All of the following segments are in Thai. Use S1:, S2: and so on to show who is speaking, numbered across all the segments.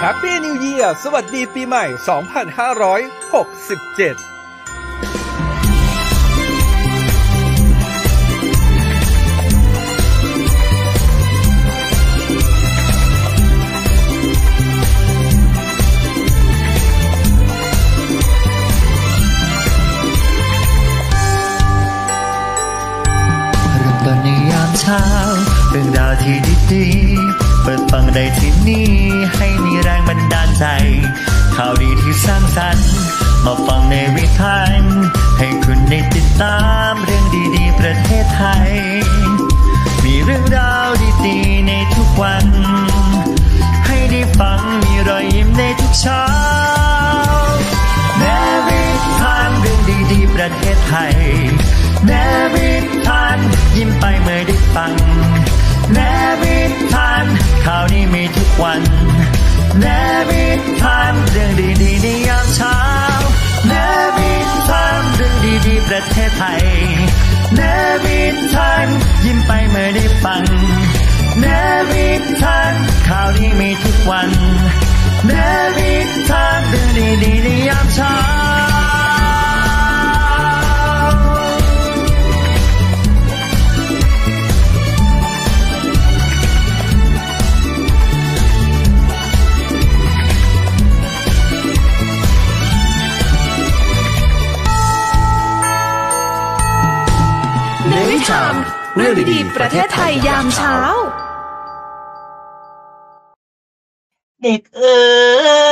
S1: แฮปปี้นิวเยียร์สวัสดีปีใหม่ 2567
S2: เริ่มต้นในยามเช้า เรื่องราวที่ดีๆ เปิดฟังได้ที่นี่ ให้มีแรงบันดาลใจ ข่าวดีที่สร้างสรรค์ มาฟังในวิถีให้คุณได้ติดตามเรื่องดีๆ ประเทศไทย มีเรื่องราวดีๆ ในทุกวัน ให้ได้ฟังมีรอยยิ้มในทุกเช้า แนวิทานเรื่องดีๆประเทศไทย แนวิทานยิ้มไปเมื่อได้ฟัง แนวิทานข่าวนี้มีทุกวัน แนวิทานเรื่องดีๆในยามเช้า แนวิทานเรื่องดีๆประเทศไทย แนวิทานยิ้มไปเมื่อได้ฟัง แนวิทานข่าวนี้มีทุกวัน แนวิทานเรื่องดีๆในยามเช้า
S3: ในวิชามเรื่องดีๆประเทศไทยยามเช้า
S4: เด็กเอ๋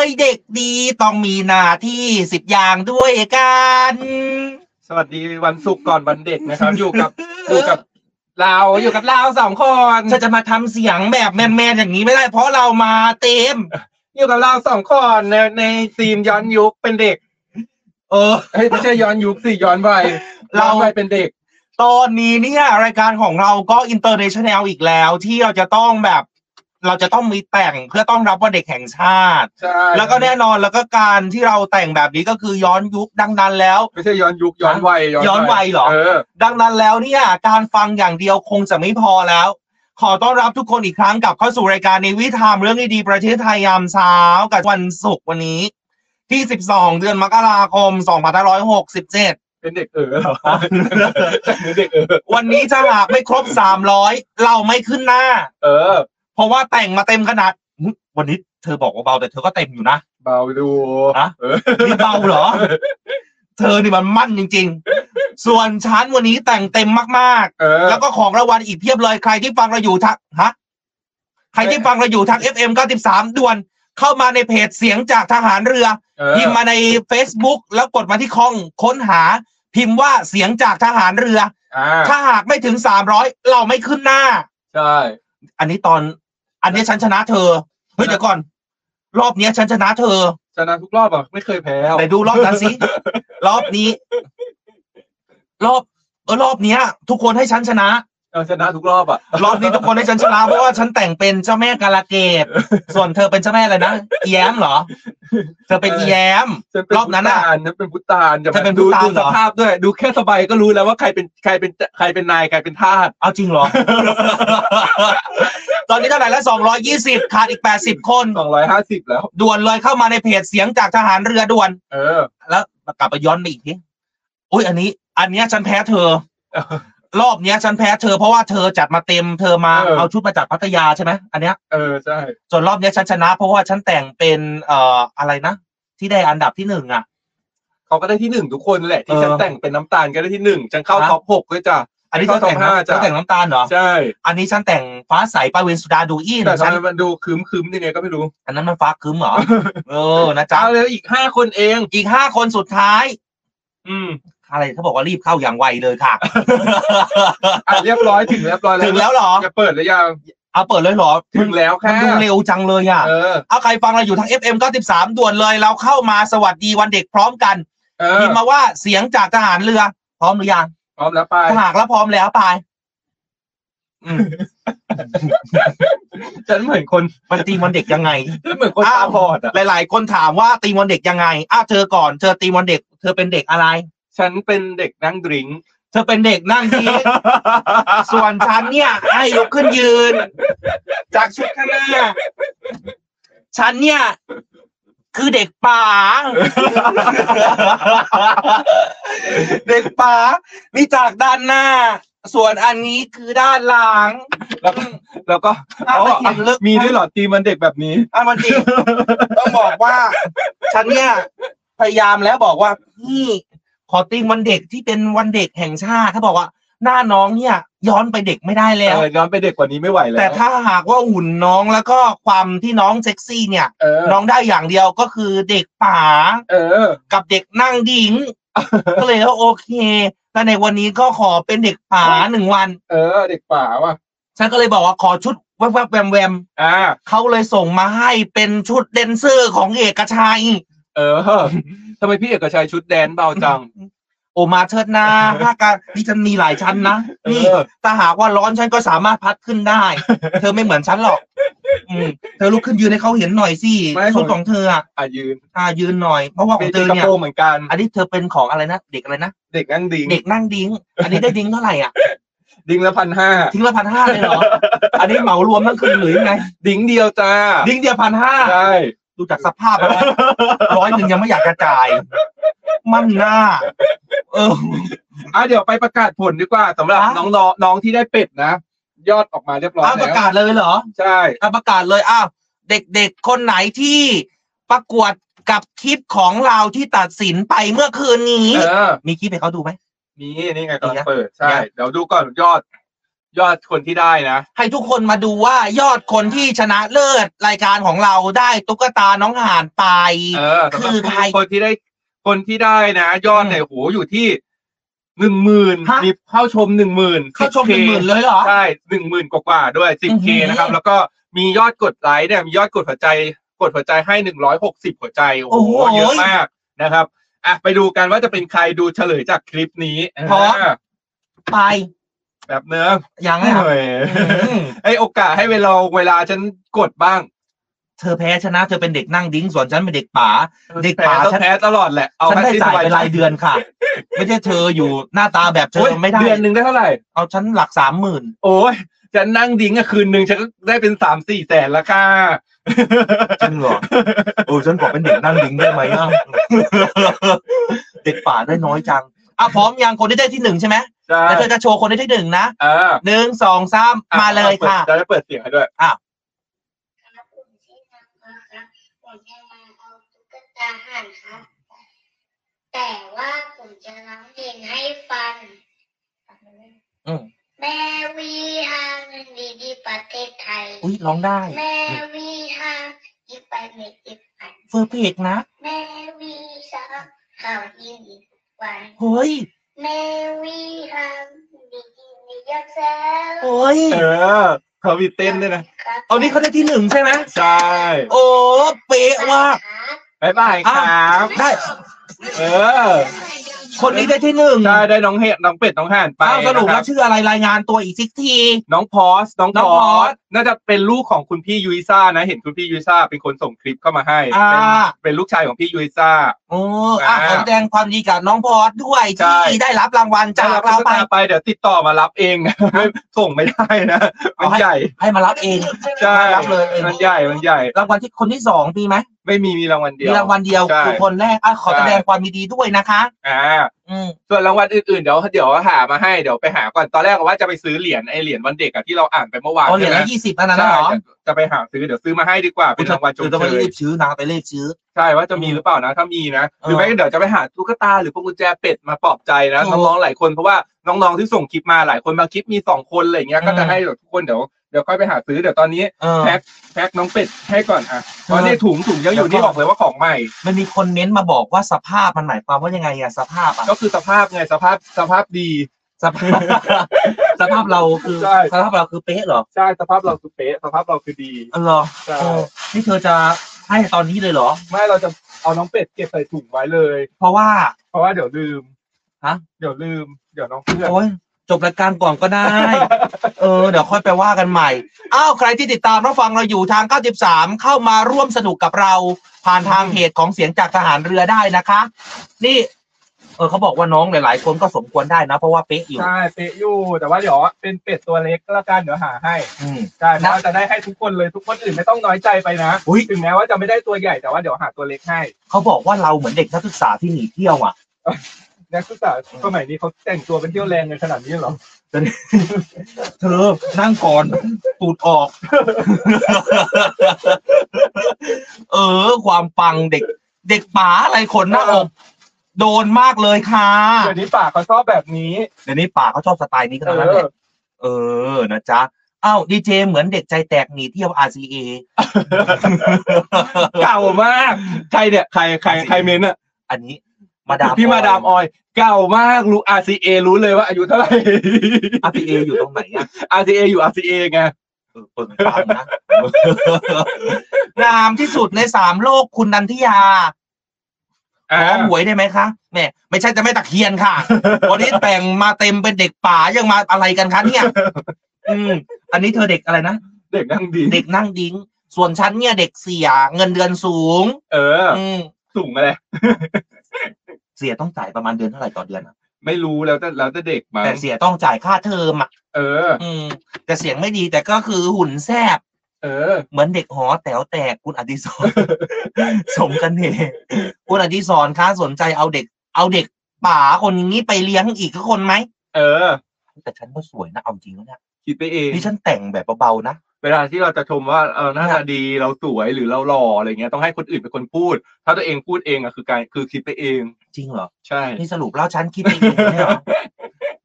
S4: ยเด็กดีต้องมีหน้าที่สิบอย่างด้วยกัน
S5: สวัสดีวันศุกร์ก่อนวันเด็กนะครับ อยู่กับอยู่กับเราอยู่กับเราสองคน
S4: จะจะมาทำเสียงแบบแมนๆอย่างนี้ไม่ได้ เพราะเรามาเต็ม
S5: อยู่กับเราสองคนในในทีมย้อนยุคเป็นเด็ก
S4: เออ
S5: เฮ้ยไม่ใช่ย้อนยุคสิย้อนวัย
S4: เรา
S5: เราวัยเป็นเด็ก
S4: ตอนนี้เนี่ยรายการของเราก็อินเตอร์เนชั่นแนลอีกแล้ว ที่เราจะต้องแบบ เราจะต้องมีแต่งเพื่อต้องรับว่าเด็กแห่งชาติ
S5: ใช่
S4: แล้วก็แน่นอนแล้วก็การที่เราแต่งแบบนี้ก็คือย้อนยุคดังนั้นแล้ว
S5: ไม่ใช่ย้อนยุคย้อนวัย
S4: ย้อนวัยเหรอ
S5: เออ
S4: ดังนั้นแล้วเนี่ยการฟังอย่างเดียวคงจะไม่พอแล้ว ขอต้อนรับทุกคนอีกครั้งกลับเข้าสู่รายการในวิถีธรรมเรื่องดีๆประเทศไทยยามเช้ากับวันศุกร์วันนี้ ที่ 12 เดือนมกราคม 2567
S5: เป็นเด็กเออเหรอเป็นเด็กเออ
S4: วันนี้จะหากไม่ครบ 300 เราไม่ขึ้นหน้า
S5: เออ
S4: เพราะว่าแต่งมาเต็มขนาดอุ๊ยวันนี้เธอบอกว่าเบาแต่เธอก็เต็มอยู่นะ
S5: เบาดู
S4: ฮะ
S5: เออ
S4: นี่เบาเหรอ เธอนี่มันมั่นจริง ๆ ส่วนชั้นวันนี้แต่งเต็มมากๆ
S5: เออ
S4: แล้วก็ของรางวัลอีกเพียบเลยใครที่ฟังเราอยู่ทักฮะใครที่ฟังเราอยู่ทาง FM 93ด่วน เข้ามาในเพจเสียงจากทหารเรือ
S5: เออ
S4: พิมพ์มาใน Facebook แล้วกดมาที่คองค้นหา พิมพ์ว่าเสียงจากทหารเรือ
S5: อ่า
S4: ถ้าหากไม่ถึง 300 เราไม่ขึ้นหน้า
S5: ใช่
S4: อันนี้ตอน อันนี้ฉันชนะเธอเฮ้ยเดี๋ยวก่อน รอบเนี้ยฉันชนะเธอ
S5: ชนะทุกรอบอ่ะไม่เคยแพ้อ่ะ
S4: ไหนดูรอบนั้นสิรอบนี้ รอบเออรอบเนี้ย ทุกคนให้ฉันชนะ
S5: เออชนะทุกรอบอ่ะ
S4: รอบนี้ทุกคนให้ฉันชนะเพราะว่าฉันแต่งเป็นเจ้าแม่กาลเกต ส่วนเธอเป็นเจ้าแม่อะไรนะเอีแย้มเหรอ เธอเป็นเอีแย้ม
S5: ฉัเป็
S4: รอบนั้นอะ
S5: พุทธาลฉันเป็นพุทธาล
S4: เธอเป็นพุ
S5: ดี๋ยวดู
S4: ทธาลเห
S5: ดู
S4: ร
S5: ส
S4: อ
S5: ภาพด้วย ดูแค่สบายก็รู้แล้วว่าใครเป็นใครเป็นใครเป็นนายใครเป็นทาส
S4: เอาจริงเหรอ ตอนนี้เท่าไหร่แล้ว220ขาดอีก 80 คน
S5: สองร้อยห้าสิบแล้ว
S4: ด่วนเลยเข้ามาในเพจเสียงจากทหารเรือด่วน
S5: เออ
S4: แล้วกลับไปย้อนไปอีกทีอุ้ยอันนี้ อันเนี้ยฉันแพ้เธอ รอบเนี้ยฉันแพ้เธอเพราะว่าเธอจัดมาเต็มเธอมา
S5: เออ
S4: เอาชุดมาจากพัทยาใช่ไหมอันเนี้ย
S5: เออ ใช่
S4: ส่วนรอบเนี้ยฉันชนะ เพราะว่าฉันแต่งเป็นเอ่ออะไรนะที่ได้อันดับที่หนึ่งอ่ะ
S5: เขาก็ได้ที่หนึ่งทุกคนแหละ ที่
S4: เออ
S5: ฉันแต่งเป็นน้ำตาลก็ได้ที่หนึ่งฉันเข้า
S4: ฮะ
S5: ท็อปหกด้วยจ้ะ
S4: อันนี้ฉันแต่ง
S5: ข้อสองห้า
S4: นะ
S5: จ้ะ
S4: ฉันแต่งน้ำตาลเหรอ
S5: ใช่
S4: อันนี้ฉันแต่งฟ้าใสปาเวนสุดาดูอี้
S5: แต่
S4: นะ
S5: ทำ
S4: ฉัน
S5: ไมมันดูคืมคืมๆยังไงก็ไม่รู้
S4: อันนั้นมันฟ้าคืมเหรอ เออนะจ๊ะ
S5: จ้าแล้วอีกห้าคนเอง
S4: อีกห้าคนสุดท้าย
S5: อืม
S4: อะไรเขาบอกว่ารีบเข้าอย่างไวเลยค่ะ
S5: อ่ะเรียบร้อยถึงเรียบร้อยแล้ว
S4: ถึงแล้วเหรอ
S5: จะเปิดหรือยัง
S4: เอาเปิดเลยเหรอ
S5: ถึงแล้ว
S4: มัน
S5: ค่ะ
S4: ดูเร็วจังเลยอ่ะ
S5: เออ
S4: เอาใครฟังเราอยู่ทาง FM 93ด่วนเลย เราเข้ามาสวัสดีวันเด็กพร้อมกัน
S5: เออ
S4: พิมพ์มาว่าเสียงจากทหารเรือ พร้อมหรือยัง
S5: พร้อมแล้วไป
S4: ถ้าหากแล้วพร้อมแล้วไปอืม
S5: ฉันเหมือนคน
S4: มันตีมวันเด็กยังไง
S5: ฉันเหมือนคน
S4: อ้าว
S5: ตาบอดอ่ะ
S4: หลาย ๆ คนถามว่าตีมวันเด็กยังไง อ้าวเธอก่อน เธอตีมวันเด็ก เธอเป็นเด็กอะไร
S5: ฉันเป็นเด็กนั่งดริงก์
S4: เธอเป็นเด็กนั่ง ที ส่วนฉันเนี่ย ให้ลุกขึ้นยืน จากชุดข้างหน้า ฉันเนี่ย คือเด็กป่า เด็กป่านี่จากด้านหน้า ส่วนอันนี้คือด้านหลัง
S5: แล้วก็แล้วก็
S4: อ่ะ
S5: อ๋อ
S4: มันเขียนลึก
S5: มีด้วยเหรอตีมวันเด็กแบบนี้
S4: อ่ะมันจริง ต้องบอกว่า ฉันเนี่ย พยายามแล้วบอกว่าพี่ขอติงวันเด็กที่เป็นวันเด็กแห่งชาติเขาบอกว่า หน้าน้องเนี่ย ย้อนไปเด็กไม่ได้แล้ว
S5: เออย้อนไปเด็กกว่านี้ไม่ไหวแล้ว
S4: แต่ถ้าหากว่าหุ่นน้องแล้วก็ความที่น้องเซ็กซี่เนี่ย
S5: เออ
S4: น้องได้อย่างเดียวก็คือเด็กป่า
S5: เออ
S4: กับเด็กนั่งดิ้ง ก็เลยว่าโอเคแต่ในวันนี้ก็ขอเป็นเด็กป่าหนึ่งวัน
S5: เออ เด็กป่าว่ะ
S4: ฉันก็เลยบอกว่าขอชุดแวบๆแวมแวม
S5: อ่า
S4: ๆเขาเลยส่งมาให้เป็นชุดเดนเซอร์ของเอกชัย
S5: เอ อทำไมพี่เอกชัยชุดแดนเบาจัง
S4: โอมาเชิดหน้าภาคกลารนี่ฉันมีหลายชั้นนะ
S5: เออ
S4: นี่ถ้าหากว่าร้อนฉันก็สามารถพัดขึ้นได้ เธอไม่เหมือนฉันหรอก อืมเธอลุกขึ้นยืนให้เขาเห็นหน่อยสิ
S5: ไม่
S4: ชุดของเธออะ
S5: อ่ะยืน
S4: อ่ายืนหน่อย เพราะว่าข
S5: เป็
S4: อน งเธอก
S5: ระ
S4: เนี่ย
S5: โปรงเหมือนกัน
S4: อันนี้เธอเป็นของอะไรนะ เด็กอะไรนะ
S5: เด็กนั่งดิง
S4: เด็กนั่งดิ้ง อันนี้ได้ดิ้งเท่าไหร่อ่ะ
S5: ดิงละพันห้า
S4: ทิ้งละพันห้าเลยเหรอ อันนี้เหมารวมทั้งคืนหรือยังไง
S5: ดิงเดียวจ้า
S4: ดิ้งเดียวพันห้า
S5: ใช่
S4: ดูจากสภาพแล้วนะร้อยหนึ่งยังไม่อยากกระจาย มั่นหน้า เออ
S5: อ่ะเดี๋ยวไปประกาศผลดีกว่าสำหรับ
S4: อ่ะ
S5: น้องน้องน้องที่ได้เป็ดนะ ยอดออกมาเรียบร้อย
S4: เอาป
S5: แล้
S4: ระ
S5: ว
S4: กาศเลยเหรอ
S5: ใช่
S4: อ่ะประกาศเลยอ้าวเด็กๆ คนไหนที่ประกวดกับคลิปของเราที่ตัดสินไปเมื่อคืนนี้
S5: เออ
S4: มีคลิปให้เขาดูไหม
S5: มีนี่ไงกำลั
S4: มี
S5: ง
S4: นะ
S5: เปิดใช่
S4: มีนะ
S5: เดี๋ยวดูก่อนยอด ยอดคนที่ได้นะ
S4: ให้ทุกคนมาดูว่ายอดคนที่ชนะเลิศรายการของเราได้ตุ๊กตาน้องห่านไป
S5: เออสำหรับ
S4: คือใคร
S5: คนที่ได้คนที่ได้นะ ยอดเนี่ยโหอยู่ที่หนึ่งหมื่น
S4: ฮะ
S5: มีเข้าชมหนึ่งหมื่น
S4: เข้าชมเป็นหมื่นเลยเหรอ
S5: ใช่หนึ่งหมื่นกว่าๆด้วย
S4: อื้
S5: 10K
S4: อหือ
S5: นะครับ แล้วก็มียอดกดไลค์เนี่ย มียอดกดหัวใจ กดหัวใจให้หนึ่งร้อยหกสิบหัวใจ โอ้โห เยอะมากนะครับ อ่ะ ไปดูกันว่าจะเป็นใครดูเฉลยจากคลิปนี้า
S4: ไป
S5: แบบเนื้อ
S4: ยังไง
S5: เหนื่อยไอยโอกาสให้เวลาเวลาฉันกดบ้าง
S4: เธอแพ้ชนะเธอเป็นเด็กนั่งดิ้งส่วนฉันเป็นเด็กป๋า เด็ก
S5: แพ้
S4: ป่า
S5: ต้อง
S4: ฉัน
S5: แพ้ตลอดแหละ เอา
S4: ฉัน
S5: แค่
S4: ได้
S5: ที่
S4: จ่าย
S5: สบาย
S4: เป็นรายเดือนค่ะ ไม่ใช่เธออยู่หน้าตาแบบเธ
S5: โอ๊
S4: อย ไม่ได้
S5: เดือนหนึ่งได้เท่าไหร่
S4: เอาฉันหลักสามหมื่น
S5: โอ้ยฉันนั่งดิ้งอะคืนหนึ่งฉันก็ได้เป็นสามสี่แสนละค่ะ
S4: จริงเหรอ โอ้ฉันบอกเป็นเด็กนั่งดิ้งได้ไหมอ่ะ เด็กป่าได้น้อยจังอ่ะพร้อมยังคนที่ได้ที่หนึ่งใช่ไหม
S5: ใช่
S4: แล้วเธอจะโชว์คนที่ได้ที่หนึ่งนะ
S5: เออ
S4: หนึ่งสองสามมาเลยค่ะ
S5: จะได้เปิดเสียงให้ด้วย
S6: ครับผมชื่อนางฟ้าครับผมจะมาเอาตุ๊กตาห่านครับ แต่ว่าผมจะร้องเพลงให้ฟัง
S4: อืม
S6: แม่วีฮาเงินดีดีประเทศไทย
S4: อุ้ยร้องได้
S6: แม่วีฮายิบไปเม็ดยิบอัน
S4: เฟอร์เพกนะ
S6: แม่วีสาข่าวยินดีวัน
S4: เฮ้ย
S6: แม่วีฮาดีดีมียอดแซว
S4: เฮ้ย
S5: เออเขามีเต้นด้วยนะ
S6: ครับ
S4: เอานี่เขาได้ที่หนึ่งใช่ไหม
S5: ใช่
S4: โอ้เป๊ะมาก
S6: ครับ
S5: บายบายครับ
S4: ได้
S5: เออ
S4: คนนี้ได้ที่หนึ่ง
S5: ได้ได้น้องเห็ดน้องเป็ด น้องห่านไป
S4: อ้าวสรุป
S5: นะค
S4: แล้ว
S5: รับ
S4: ชื่ออะไรรายงานตัวอีกสิกที
S5: น้องพอส น้อง
S4: น้อ
S5: พ
S4: ง
S5: อ
S4: พอส
S5: ส น่าจะเป็นลูกของคุณพี่ยุยซ่านะ เห็นคุณพี่ยุยซ่าเป็นคนส่งคลิปเข้ามาให้
S4: อ่า
S5: เป็นเป็นลูกชายของพี่ยุยซ่า
S4: โอ้อ่ะขอแสดงความดีกับน้องพอสด้วย
S5: ใช่
S4: ที่ได้รับรางวัลจากเราไป
S5: ถ้รับตุ๊กตไป เดี๋ยวติดต่อมารับเอง นะไม่ส่งไม่ได้นะ
S4: เอา
S5: มัน
S4: ให้
S5: ใหญ่
S4: ให้มารับเอง
S5: ใช่
S4: รับเลย
S5: มันใหญ่มันใหญ่
S4: รางวัลที่คนที่สองมีไหม
S5: ไม่มีมีรางวัลเดี
S4: มี
S5: ยว
S4: รางวัลเดียว
S5: ใช่
S4: คือคนแรกอ่ะขอ
S5: ใช่
S4: แสดงความยินดีด้วยนะคะ
S5: อ่า
S4: อืม
S5: ส่วนรางวัลอื่นๆ เดี๋ยวเดี๋ยวหามาให้เดี๋ยวไปหาก่อนตอนแรกว่าจะไปซื้อเหรียญไอเหรียญวันเด็กอะที่เราอ่านไปเมื่อวาน
S4: เอาเหรียญละ
S5: ใช่ไม
S4: ยี่สิบอันนั้น
S5: ใช่
S4: เหรอ
S5: จะจะไปหาซื้อเดี๋ยวซื้อมาให้ดีกว่าเป็นรางวัลจง
S4: เดี๋ยต้อง
S5: เฉ
S4: ไป
S5: ย
S4: รีบซื้อนางไปรีบซื้อ
S5: ใช่ว่าจะมีหรือเปล่านะ ถ้ามีนะหรือไม่ก็เดี๋ยวจะไปหาตุ๊กตาหรือพวกกุญแจเป็ดมาปลอบใจนะ
S4: โอ้
S5: น้องๆหลายคนเพราะว่าน้องๆที่ส่งคลิปมาหลายคนบางคลิปมีสองคนอะไรเงี้ย
S4: อืม
S5: ก็จะให้เดี๋ยวทุกคนเดี๋ยวเดี๋ยวค่อยไปหาซื้อเดี๋ยวตอนนี้
S4: เออ
S5: แพ็คแพ็คน้องเป็ดให้ก่อนอ่ะตอนนี้ถุงถุงยังอยู่
S4: เดี๋
S5: ที่
S4: ยวก่
S5: บ
S4: อน
S5: อกเลยว่าของใหม่
S4: มันมีคนเน้นมาบอกว่าสภาพมันหมายความว่ายังไงอะสภาพอะ
S5: ก็คือสภาพไงสภาพสภาพดี
S4: สภาพ สภาพเราคือ
S5: ใช่
S4: สภาพเราคือเป๊ะเหรอ
S5: ใช่สภาพเราคือเป๊ะสภาพเราคือดี
S4: เออเหรอ
S5: ใช่
S4: เออนี่เธอจะให้ตอนนี้เลยเหรอ
S5: ไม่เราจะเอาน้องเป็ดเก็บใส่ถุงไว้เลย
S4: เพราะว่า
S5: เพราะว่าเดี๋ยวลืม
S4: ฮะ
S5: เดี๋ยวลืม เดี๋ยวน้องเพื่อน
S4: โอ้ยจบรายการก่อนก็ได้ เออ เดี๋ยวค่อยไปว่ากันใหม่ อ้าว ใครที่ติดตามรับฟังเราอยู่ทาง 93 เข้ามาร่วมสนุกกับเรา ผ่านทางเพจของเสียงจากทหารเรือได้นะคะ นี่ ออเขาบอกว่าน้องหลาย ๆ คนก็สมควรได้นะ เพราะว่าเป๊ะอยู่
S5: ใช่เป๊ะอยู่แต่ว่าเดี๋ยวเป็นเป็ดตัวเล็กก็แล้วกันเดี๋ยวหาให้
S4: อืม
S5: ใช่เพราะว่าจะได้ให้ทุกคนเลยทุกคนอื่นไม่ต้องน้อยใจไปนะ
S4: อุ๊ย
S5: ถึงแม้ว่าจะไม่ได้ตัวใหญ่แต่ว่าเดี๋ยวหาตัวเล็กให้
S4: เขาบอกว่าเราเหมือนเด็กนักศึกษาที่หนีเที่ยวอ่ะ
S5: นักศึกษาสมัยนี้เขาแต่งตัวเป็นเที่ยวแรงกันขนาดนี้เหรอ
S4: เธอนั่งก่อนตูดออก เออ ความปังเด็ก เด็กป๋าอะไรขนหน้าอกโดนมากเลยค่ะ
S5: เดี๋ยวนี้ป่าเขาชอบแบบนี้
S4: เดี๋ยวนี้ป๋าเขาชอบสไตล์นี้กัน
S5: เอ
S4: ทั้งนั้นแห
S5: อ
S4: ละเออนะจ๊ะอ้าวดีเจเหมือนเด็กใจแตกหนีเที่ยว RCA
S5: เก่ามากใครเนี่ยใครใครใครเมนอะ
S4: อันนี้ มาดาม
S5: พี่มาดามออยเก่ามากรู้ RCA รู้เลยว่าอายุเท่าไหร่
S4: อ RCA อยู่ตรงไหนอ่ะ
S5: RCA อยู่ RCA ไง
S4: เออเปิดฟังนะ งามที่สุดในสามโลกคุณนันทิยา
S5: อ่า
S4: ขอหวยได้ไหมคะแหม่ไม่ใช่จะไม่ตะเคียนค่ะ วันนี้แต่งมาเต็มเป็นเด็กป่ายังมาอะไรกันคะเนี่ย อืม อันนี้เธอเด็กอะไรนะ
S5: เด็กนั่งดี
S4: เด็กนั่งดิ้ง ส่วนฉันเนี่ยเด็กเสียเงินเดือนสูง
S5: เออ
S4: อืม
S5: สูงอะไร
S4: เสียต้องจ่ายประมาณเดือนเท่าไหร่ต่อเดือนอะ
S5: ไม่รู้แล้วแต่แล้วแต่เด็กมา
S4: แต่เสียต้องจ่ายค่าเทอมอ่ะ
S5: เออ
S4: อืม แต่เสียงไม่ดีแต่ก็คือหุ่นแซบ
S5: เออ
S4: เหมือนเด็กหอแต๋วแตกคุณอดิศร สมกันเหตุคุณอดิศรคะสนใจเอาเด็ก เอาเด็กป่าคนนี้ไปเลี้ยงอีกสักคนไหม
S5: เออ
S4: แต่ฉันก็สวยนะเอาจริงแล้วเนี่ย
S5: คิดไปเอง
S4: นี่ฉันแต่งแบบเบาๆนะ
S5: เวลาที่เราจะชมว่าเออหน้าตาดีเราสวยหรือเราหล่ออะไรเงี้ยต้องให้คนอื่นเป็นคนพูด ถ้าตัวเองพูดเองอะคือการคือคิดไปเอง
S4: จริงเหรอ
S5: ใช่
S4: นี่สรุปแล้วฉันคิดเองเนี่ย เหรอ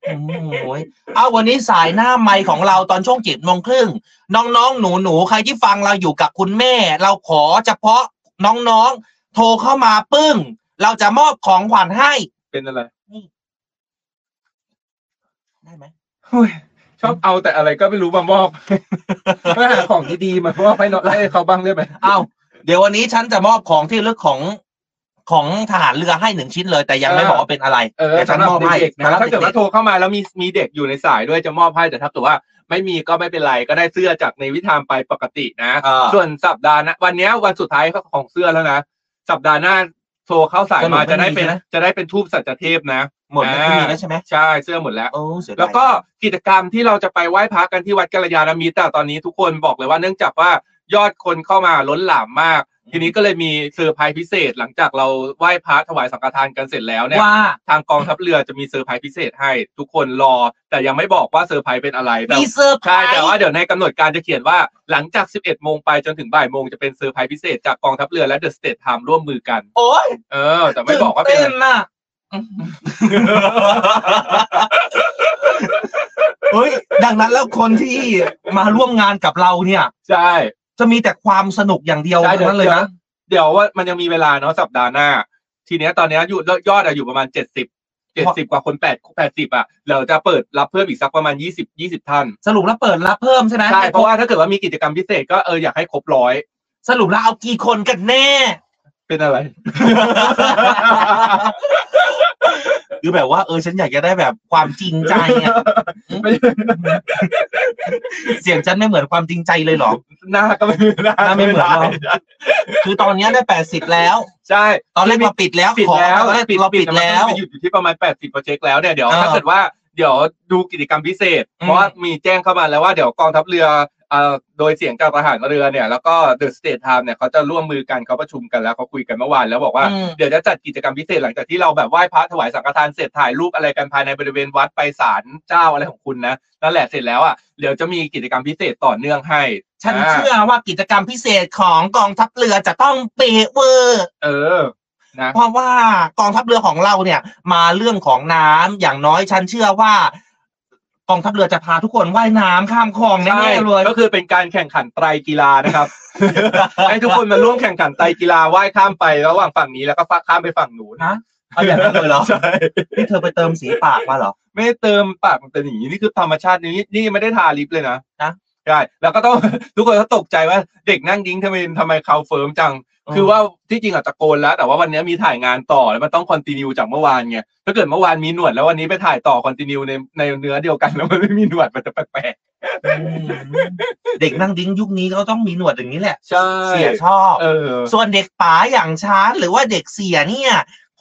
S4: อืมโอ้ยเอาวันนี้สายหน้าไมค์ของเราตอนช่วงเจ็ดโมงครึ่งน้องๆ หนูๆ ใครที่ฟังเราอยู่กับคุณแม่ เราขอเฉพาะน้องๆ โทรเข้ามาปึ้ง เราจะมอบของขวัญให้
S5: เป็นอะไร
S4: ได้ไหม
S5: เฮ้ยชอบเอาแต่อะไรก็ไม่รู้มามอบ หาของดีๆมามอบให้น้องให้เขาบ้ างได้ไหม
S4: เอาเดี๋ยววันนี้ฉันจะมอบของที่ระลึกของของทหารเรือให้หนึ่งชิ้นเลย แต่ยังไม่
S5: เออ
S4: บอกว่าเป็นอะไร
S5: เออ
S4: แต่ฉัน
S5: สำหรับ
S4: มอบให้
S5: เด็กๆ
S4: สำหรั
S5: นะ
S4: บ
S5: ถ้าเกิด
S4: ด็
S5: ว่าก โทรเข้ามาแล้วมีมีเด็กอยู่ในสายด้วยจะมอบให้แต่ถ้าเกิดว่าไม่มีก็ไม่เป็นไรก็ได้เสื้อจากในวิธามไปปกตินะ
S4: ๆเออ
S5: ส่วนสัปดาห์หนะวันเนี้ยวันสุดท้ายของเสื้อแล้วนะสัปดาห์หน้าโทรเข้าสายมา
S4: สรุปไม่
S5: จะได้เป็น
S4: มีใช่ไหม
S5: จะได้เป็นทูบสัจเทพนะ
S4: หมดแล้วไม่มีแล้วใช่ไหม
S5: ใช่เสื้อหมดแล้ว
S4: โอ้เสียดาย
S5: แล้วก็กิจกรรมที่เราจะไปไหว้พระกันที่วัดกัลยาณมิตรแต่ตอนนี้ทุกคนบอกเลยว่าเนื่องจากว่ายอดคนเข้ามาล้นหลามมาก ทีนี้ก็เลยมีเซอร์ไพรส์พิเศษ หลังจากเราไหว้พระถวายสังฆทานกันเสร็จแล้วเนี่ย
S4: ว่า
S5: ทางกองทัพเรือจะมีเซอร์ไพรส์พิเศษให้ทุกคนรอ แต่ยังไม่บอกว่าเซอร์ไพรส์เป็นอะไรแต่
S4: มีเซอร์ไพร
S5: ใช่
S4: ส์
S5: แต่ว่าเดี๋ยวในกำหนดการจะเขียนว่าหลังจาก 11 โมงไปจนถึงบ่ายโมงจะเป็นเซอร์ไพรส์พิเศษจากกองทัพเรือและเดอะสเตทไทม์ร่วมมือกัน
S4: โอ้ย
S5: เออ แต่ไม่บอกว่าเป็น
S4: ตื่
S5: อะไร
S4: เต้นน่ะเฮ้ย ดังนั้นแล้วคนที่มาร่วมงานกับเราเนี่ย
S5: ใช่
S4: จะมีแต่ความสนุกอย่างเดียว
S5: ได้
S4: ทั้งนั้นเลยนะ
S5: เดี๋ยวว่ามันยังมีเวลาเนาะสัปดาห์หน้า ทีเนี้ยตอนเนี้ยอยู่ยอดอะอยู่ประมาณ 70 70 กว่าคน8 80 อ่ะ เราจะเปิดรับเพิ่มอีกสักประมาณ 20 20 ท่าน
S4: สรุปแล้วเปิดรับเพิ่มใช่ไหม
S5: ใช่เพราะว่าถ้าเกิดว่ามีกิจกรรมพิเศษก็เอออยากให้ครบร้อย
S4: สรุปแล้วเอากี่คนกันแน่
S5: เป็นอะไร
S4: คือแบบว่าเออฉันอยากจะได้แบบความจริงใจอะ
S5: ไม่ใช่
S4: เสียงฉันไม่เหมือนความจริงใจเลยเหรอ
S5: หน้าก็ไม่มีหน้า
S4: หน้าไม่เหมือนเรา
S5: ได้
S4: คือตอนเนี้ยได้แปดสิบแล้ว
S5: ใช่
S4: ตอนแรกเราปิดแล้ว
S5: ปิด
S4: ขอ
S5: แล้ว
S4: ตอนแรกเราปิดแล้ว
S5: มันก็จะหยุดอยู่ที่ประมาณ 80โปรเจกต์แล้วเนี่ยเดี๋ยว
S4: อ่า
S5: ถ้าเกิดว่าเดี๋ยวดูกิจกรรมพิเศษ
S4: อืม
S5: เพราะว่ามีแจ้งเข้ามาแล้วว่าเดี๋ยวกองทัพเรือเอ่อโดยเสียงจากทหารเรือเนี่ยแล้วก็เดอะสเตทไทม์เนี่ยเขาจะร่วมมือกันเขาประชุมกันแล้วเขาคุยกันเมื่อวานแล้วบอกว่า
S4: อืม
S5: เดี๋ยวจะจัดกิจกรรมพิเศษหลังจากที่เราแบบไหว้พระถวายสังฆทานเสร็จถ่ายรูปอะไรกันภายในบริเวณวัดไปศาลเจ้าอะไรของคุณนะนั่นแหละเสร็จแล้วอ่ะเดี๋ยวจะมีกิจกรรมพิเศษต่อเนื่องให้
S4: ฉันา เชื่อว่ากิจกรรมพิเศษของกองทัพเรือจะต้องเปะเวอร์
S5: เออ นะ
S4: เพราะว่ากองทัพเรือของเราเนี่ย มาเรื่องของน้ำอย่างน้อยฉันเชื่อว่า กองทัพเรือจะพาทุกคนว่ายน้ำข้ามคลองแน่ๆเลย
S5: ก็คือเป็นการแข่งขันไตรกีฬานะครับ ให้ทุกคนมาร่วมแข่งขันไตรกีฬาว่ายข้ามไประหว่างฝั่งนี้แล้วก็ฝั่งข้ามไปฝั่งหนูน
S4: เอาอย่างนั้นเลยเหรอ
S5: ใช่
S4: นี่เธอไปเติมสีปากมาเหรอ
S5: ไม่ได้เติมปากมันเป็นอย่างนี้นี่คือธรรมชาตินี่นี่ไม่ได้ทาลิปเลยนะ
S4: นะ
S5: ใช่แล้วก็ต้อง ทุกคนก็ตกใจว่าเด็กนั่งยิ้งทำไมทำไมเขาเฟิร์มจัง
S4: อืม
S5: คือว่าที่จริงอะตะโกนแล้ว แต่ว่าวันนี้มีถ่ายงานต่อแล้วมันต้องคอนติเนียจากเมื่อวานไงถ้าเกิดเมื่อวานมีหนวดแล้ววันนี้ไปถ่ายต่อคอนติเนียในในเนื้อเดียวกันแล้วมันไม่มีหนวดมันจะแปลก
S4: อืมเด็กนั่งดิ้งยุคนี้เขาต้องมีหนวดอย่างนี้แหละ
S5: ๆใช่
S4: เสียชอบ
S5: เออ
S4: ส่วนเด็กป๋าอย่างช้าหรือว่าเด็กเสียเนี่ย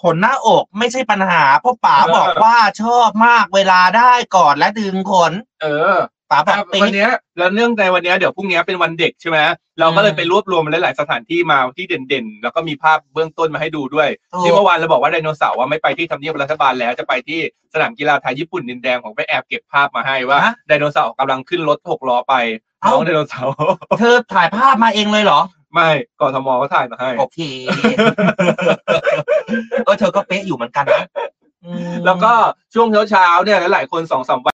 S4: ขนหน้าอกไม่ใช่ปัญหาเพราะป๋า
S5: เออ
S4: บอกว่าชอบมากเวลาได้กอดและดึงขน
S5: เออ
S4: ป๋าบอก
S5: ครับ
S4: ปี๊
S5: วัน
S4: ด
S5: เนี้ยแล้วเนื่องในวันเนี้ยเดี๋ยวพรุ่งเนี้ยเป็นวันเด็กใช่ไหมเราก็เลยไปรวบรวมหลาย ๆ สถานที่มาที่เด่น ๆ แล้วก็มีภาพเบื้องต้นมาให้ดูด้วย
S4: ถูก
S5: ที่เมื่อวานเราบอกว่าไดโนเสาร์ว่าไม่ไปที่ทำเนียบรัฐบาลแล้วจะไปที่สนามกีฬาไทยญี่ปุ่นดินแดงผมไปแอบเก็บภาพมาให้ว่าไดโนเสาร์กำลังขึ้นรถหกล้อไปน้องไดโนเสาร์
S4: เธอถ่ายภาพมาเองเลยเหรอ
S5: ไม่กทมก็ถ่ายมาให้
S4: โอเค ก็เธอก็เป๊ะอยู่เหมือนกันนะอืม
S5: แล้วก็ช่วงเช้าๆเนี่ยหลายๆคนสองสามวัน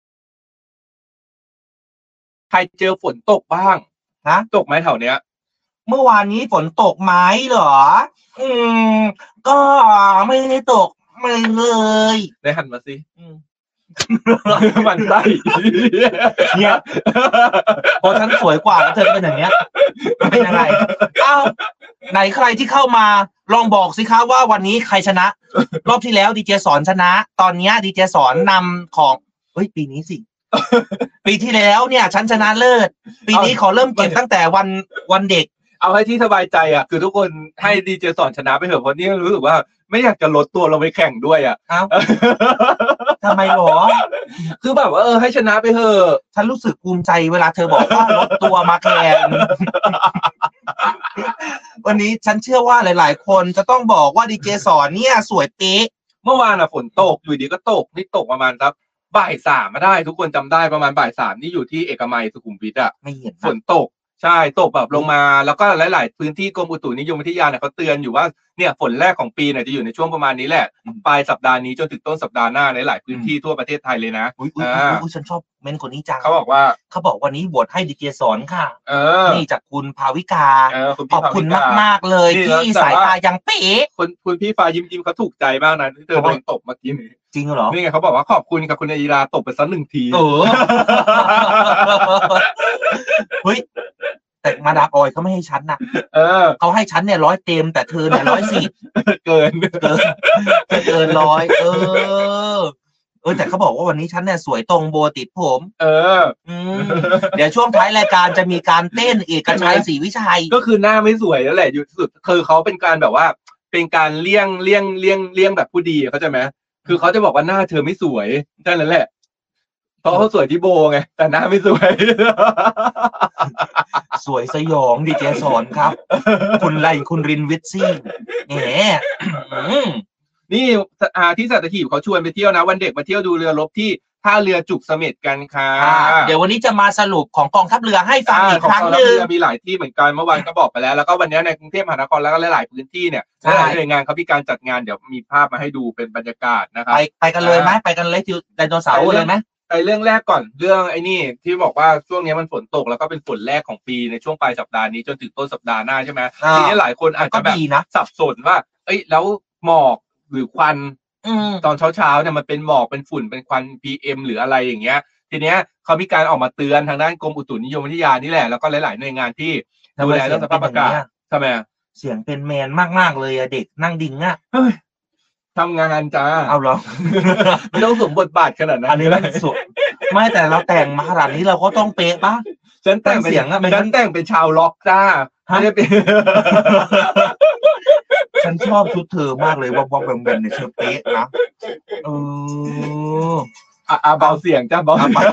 S5: ใครเจอฝนตกบ้าง
S4: ฮะ
S5: ตกไหมแถวเนี้ย
S4: เมื่อวานนี้ฝนตกไหมเหรอ อืม ก็ไม่ได้ตกไม่เลย
S5: ได้หันมาสิ
S4: อืม
S5: มันไส้
S4: เนี่ย เพราะฉันสวยกว่าแล้วเธอเป็นอย่างเนี้ยเป็นยังไงอ้าวไหนใครที่เข้ามาลองบอกสิคะว่าวันนี้ใครชนะ รอบที่แล้วดีเจสอนชนะ ตอนเนี้ดีเจสอนนำของเฮ้ยปีนี้สิ ปีที่แล้วเนี่ยฉันชนะเลิศ ปีนี้ขอเริ่มเก็บตั้งแต่วันวันเด็ก
S5: เอาให้ที่สบายใจอ่ะ คือทุกคนให้ดีเจสอนชนะไปเถอะเพราะนี่รู้สึกว่าไม่อยากจะลดตัวลงไปแข่งด้วยอ่ะ
S4: เอ้า ทำไมหรอ
S5: คือแบบว่าเออให้ชนะไปเถอะ
S4: ฉันรู้สึกภูมิใจเวลาเธอบอกว่าลดตัวมาแทน วันนี้ฉันเชื่อว่าหลาย ๆ คนจะต้องบอกว่าดีเจสอนเนี่ย สวยเป๊ะ
S5: เมื่อวานอ่ะฝนตกอยู่ดีก็ตกนี่ตกประมาณสักบ่ายสามมาได้ ทุกคนจำได้ประมาณบ่ายสามนี่อยู่ที่เอกมัยสุขุมวิทอ่ะ
S4: ไม่เห็น
S5: ฝนตกใช่ ตกแบบลงมาแล้วก็หลาย ๆ พื้นที่กรมอุตุนิยมวิทยาเนี่ยเขาเตือนอยู่ว่าเนี่ยฝนแรกของปีเนี่ยจะอยู่ในช่วงประมาณนี้แหละปลายสัปดาห์นี้จนถึงต้นสัปดาห์หน้าในหลายพื้นที่ทั่วประเทศไทยเลยนะ
S4: อุ้ยอุ้ย
S5: อ่า
S4: อุ้ยฉันชอบเม้นคนนี้จัง
S5: เขาบอกว่า
S4: เขาบอกวันนี้บวชให้ดีเจสอนค่ะ
S5: เออ
S4: นี่จากคุณภาวิกา
S5: เออคุณ
S4: ข
S5: พี่
S4: อบคุณ
S5: ภวิ
S4: มากมากๆเลย
S5: นี่
S4: ที่
S5: แล้วแต่ว่า
S4: สายตายังเป๊ะ
S5: คุณคุณพี่ฟ้ายิ้มยิ้มเขาถูกใจมากนะที่เธอ
S4: เพ
S5: โด
S4: ราะว่า
S5: นตบเมื่อกี้นี้
S4: จริงเหรอ
S5: นี่ไงเขาบอกว่าขอบคุณกับคุณอายีราตบไปสักหนึ่งที
S4: เออ เฮ้ยแต่มาดามออยเขาไม่ให้ฉันน่ะ
S5: เออ
S4: เขาให้ฉันเนี่ยร้อยเต็มแต่เธอเนี่ยร้อยสี่
S5: เกิน
S4: เกินเกินร้อยเออ เออ แต่เขาบอกว่าวันนี้ฉันเนี่ยสวยตรงโบติดผม
S5: เออ
S4: อืมเดี๋ยวช่วงท้ายรายการจะมีการเต้นเอกชัยศรีวิชัย
S5: ก็คือหน้าไม่สวยแล้วแหละอยู่ที่สุดคือเขาเป็นการแบบว่า เป็นการเลี่ยงเลี่ยงเลี่ยงเลี่ยงแบบผู้ดีอะเข้าใจไหมคือเขาจะบอกว่าหน้าเธอไม่สวยแค่นั้นแหละเพราะเขาสวยที่โบไงแต่หน้าไม่สวย
S4: ส วยสยองดีเจสอนครับ คุณไลคุณรินวิทย์ซี่แหมอืม
S5: นี่อ่าที่สัตหีบเขาชวนไปเที่ยวนะ วันเด็กมาเที่ยวดูเรือรบที่ท่าเรือจุกเสม็ดกันค่ะ
S4: อ่าเดี๋ยววันนี้จะมาสรุปของกองทัพเรือให้ฟัง
S5: อ่า
S4: อีก
S5: ของ
S4: ครั้งห
S5: เรา
S4: นึ่ง
S5: เรือมีหลายที่เหมือนกันเมื่อวานก็บอกไปแล้ว แล้วก็วันนี้ในกรุงเทพมหานครแล้วก็หลาย ๆ พื้นที่เนี่ย
S4: ใช่
S5: หลายหน่วยงานเขามีการจัดงานเดี๋ยวมีภาพมาให้ดูเป็นบรรยากาศนะครับ
S4: ไปไปกันเลยไหมไปกันเลยที่ไดโนเสาร์เลยไหม
S5: ไปเรื่องแรกก่อนเรื่องไอ้นี่ที่บอกว่าช่วงนี้มันฝนตกแล้วก็เป็นฝนแรกของปีในช่วงปลายสัปดาห์นี้จนถึงต้นสัปดาห์หน้าใช่ไหม
S4: อ่า
S5: ทีนี้หลายคนอาจ
S4: ก็
S5: จะแบบ
S4: ดีนะ
S5: สับสนว่า เอ้ยแล้วหมอกหรือควัน
S4: อืม
S5: ตอนเช้าๆเนี่ยมันเป็นหมอกเป็นฝุ่นเป็นควัน PM หรืออะไรอย่างเงี้ย ทีเนี้ยเขามีการออกมาเตือนทางด้านกรมอุตุนิยมวิทยานี่แหละแล้วก็หลายๆหน่วยงานที่ดูแลเรื่องสภาพอากาศทำไมอะ
S4: เสียงเป็นแมนมากๆเลยอะเด็กนั่งดิ่งอะ
S5: เฮ้ยทำงานจ้า
S4: เอา เหรอ
S5: ไม่ต้องสวมบทบาทขนาดนั้น
S4: อันนี้มันสุดไม่แต่เราแต่งมาขนาดนี้เราก็ต้องเป๊ะปะ
S5: ฉันแต่งป็น
S4: เสียงอะไม่งั้น
S5: ฉันแต่งเป็นชาวล็อกจ้าไม่ได้เป็น
S4: ฉันชอบชุดเธอมากเลยวับวับแวมแวมเนี่ยเธอเป๊ะนะเออ
S5: อ่ะอ่ะเบาเสียงจ้าเบาเสียง
S4: อ่ะ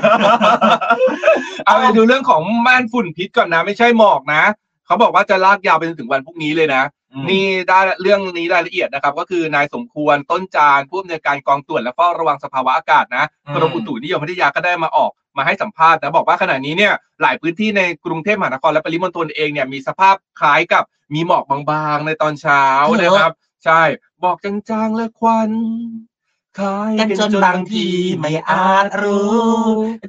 S5: เอาไปดูเรื่องของม่านฝุ่นพิษก่อนนะ ไม่ใช่หมอกนะ เขาบอกว่าจะลากยาวไปจนถึงวันพรุ่งนี้เลยนะ นี่ได้เรื่องนี้รายละเอียดนะครับ ก็คือนายสมควรต้นจานผู้อำนวยการกองตรวจและเฝ้าระวังสภาวะอากาศนะ
S4: อืม
S5: กรมอุตุนิยมวิทยาก็ได้มาออกมาให้สัมภาษณ์นะบอกว่าขณะนี้เนี่ยหลายพื้นที่ในกรุงเทพมหานครและปริมณฑลเองเนี่ยมีสภาพคล้ายกับมีหมอกบางๆในตอนเช้านะครับ ใช่บอกจางๆและควันคล้าย
S4: กันจนบางทีไม่อาจรู้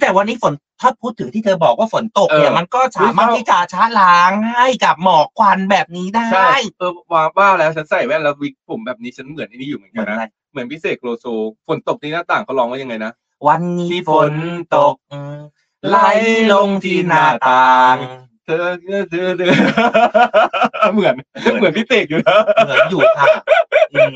S4: แต่วันนี้ฝนถ้าพูดถึงที่เธอบอกว่าฝนตกเนี่ย
S5: เออ
S4: มันก็สามารถที่จะช้าล้างให้กับหมอกควันแบบนี้ได้
S5: ใช่เออว่าว่าแล้วฉันใส่แว่นแล้ววิกผมแบบนี้ฉันเหมือนไอ้นี่อยู่เหมือน
S4: เห
S5: กั
S4: มื
S5: น
S4: อน
S5: นะ
S4: อะไร
S5: เหมือนพิเศษโลโซฝนตกนี่หน้าต่างเขาร้องว่ายังไงนะ
S4: วันนี้ฝนตกอืมไหลลงที่หน้าต่าง
S5: เธอ เธอเธอเหมือนเหมือนพี่เตกอยู่นะ
S4: เหมือนอยู่ค่ะ อืม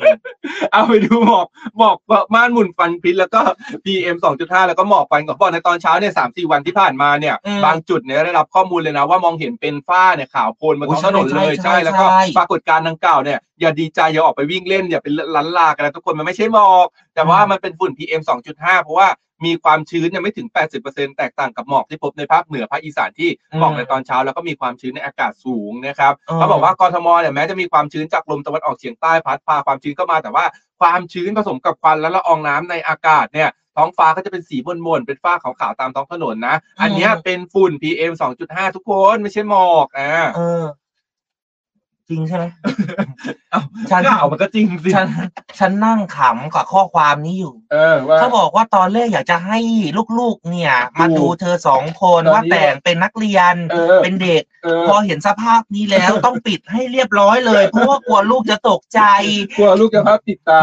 S5: เอาไปดูหมอกหมอกม่านหมุนฟันพิษแล้วก็ PM 2.5 แล้วก็หมอกฟันของบอกในตอนเช้าเนี่ยสามสี่วันที่ผ่านมาเนี่ย
S4: อืม
S5: บางจุดเนี่ยได้รับข้อมูลเลยนะว่ามองเห็นเป็นฝ้าเนี่ยขาวโพลนบน
S4: โอ้
S5: ท้องถนนเลย
S4: ใช่
S5: ใช่
S4: ใช่
S5: แล้วก็
S4: ใช่
S5: ปรากฏการณ์ดังกล่าวเนี่ยอย่าดีใจอย่าออกไปวิ่งเล่นอย่าเป็นลันลากันนะทุกคนมันไม่ใช่หมอก แต่ว่ามันเป็นฝุ่น PM 2.5 เพราะว่ามีความชื้นเนี่ยไม่ถึง 80%แตกต่างกับหมอกที่พบในภาคเหนือภาคอีสานที่หมอกในตอนเช้าแล้วก็มีความชื้นในอากาศสูงนะครับ
S4: เออ
S5: เขาบอกว่ากรทมเนี่ยแม้จะมีความชื้นจากลมตะวันออกเฉียงใต้พัดพาความชื้นเข้ามาแต่ว่าความชื้นผสมกับควันและละอองน้ำในอากาศเนี่ยท้องฟ้าก็จะเป็นสีมนๆเป็นฝ้าขาวๆตามท้องถนนนะ อันเนี้ยเป็นฝุ่น PM 2.5 ทุกคนไม่ใช่หมอกอ่า
S4: เออ จริงใช่ไหม ฉั
S5: ฉั
S4: น
S5: นข่าวมันก็จริงสิ
S4: ฉันฉันนั่งขำกับข้อความนี้อยู่
S5: เออว่า
S4: เขาบอกว่าตอนแรกอยากจะให้ลูกๆ เนี่ย
S5: ดู
S4: มาดูเธอสองคน
S5: ตอนนี้
S4: ว่าแต่งเป็นนักเรียน
S5: เออ
S4: เป็นเด็ก
S5: เออ
S4: พอเห็นสภาพนี้แล้ว ต้องปิดให้เรียบร้อยเลย เพราะว่ากลัวลูกจะตกใจ
S5: กลัวลูกจะภาพติดตา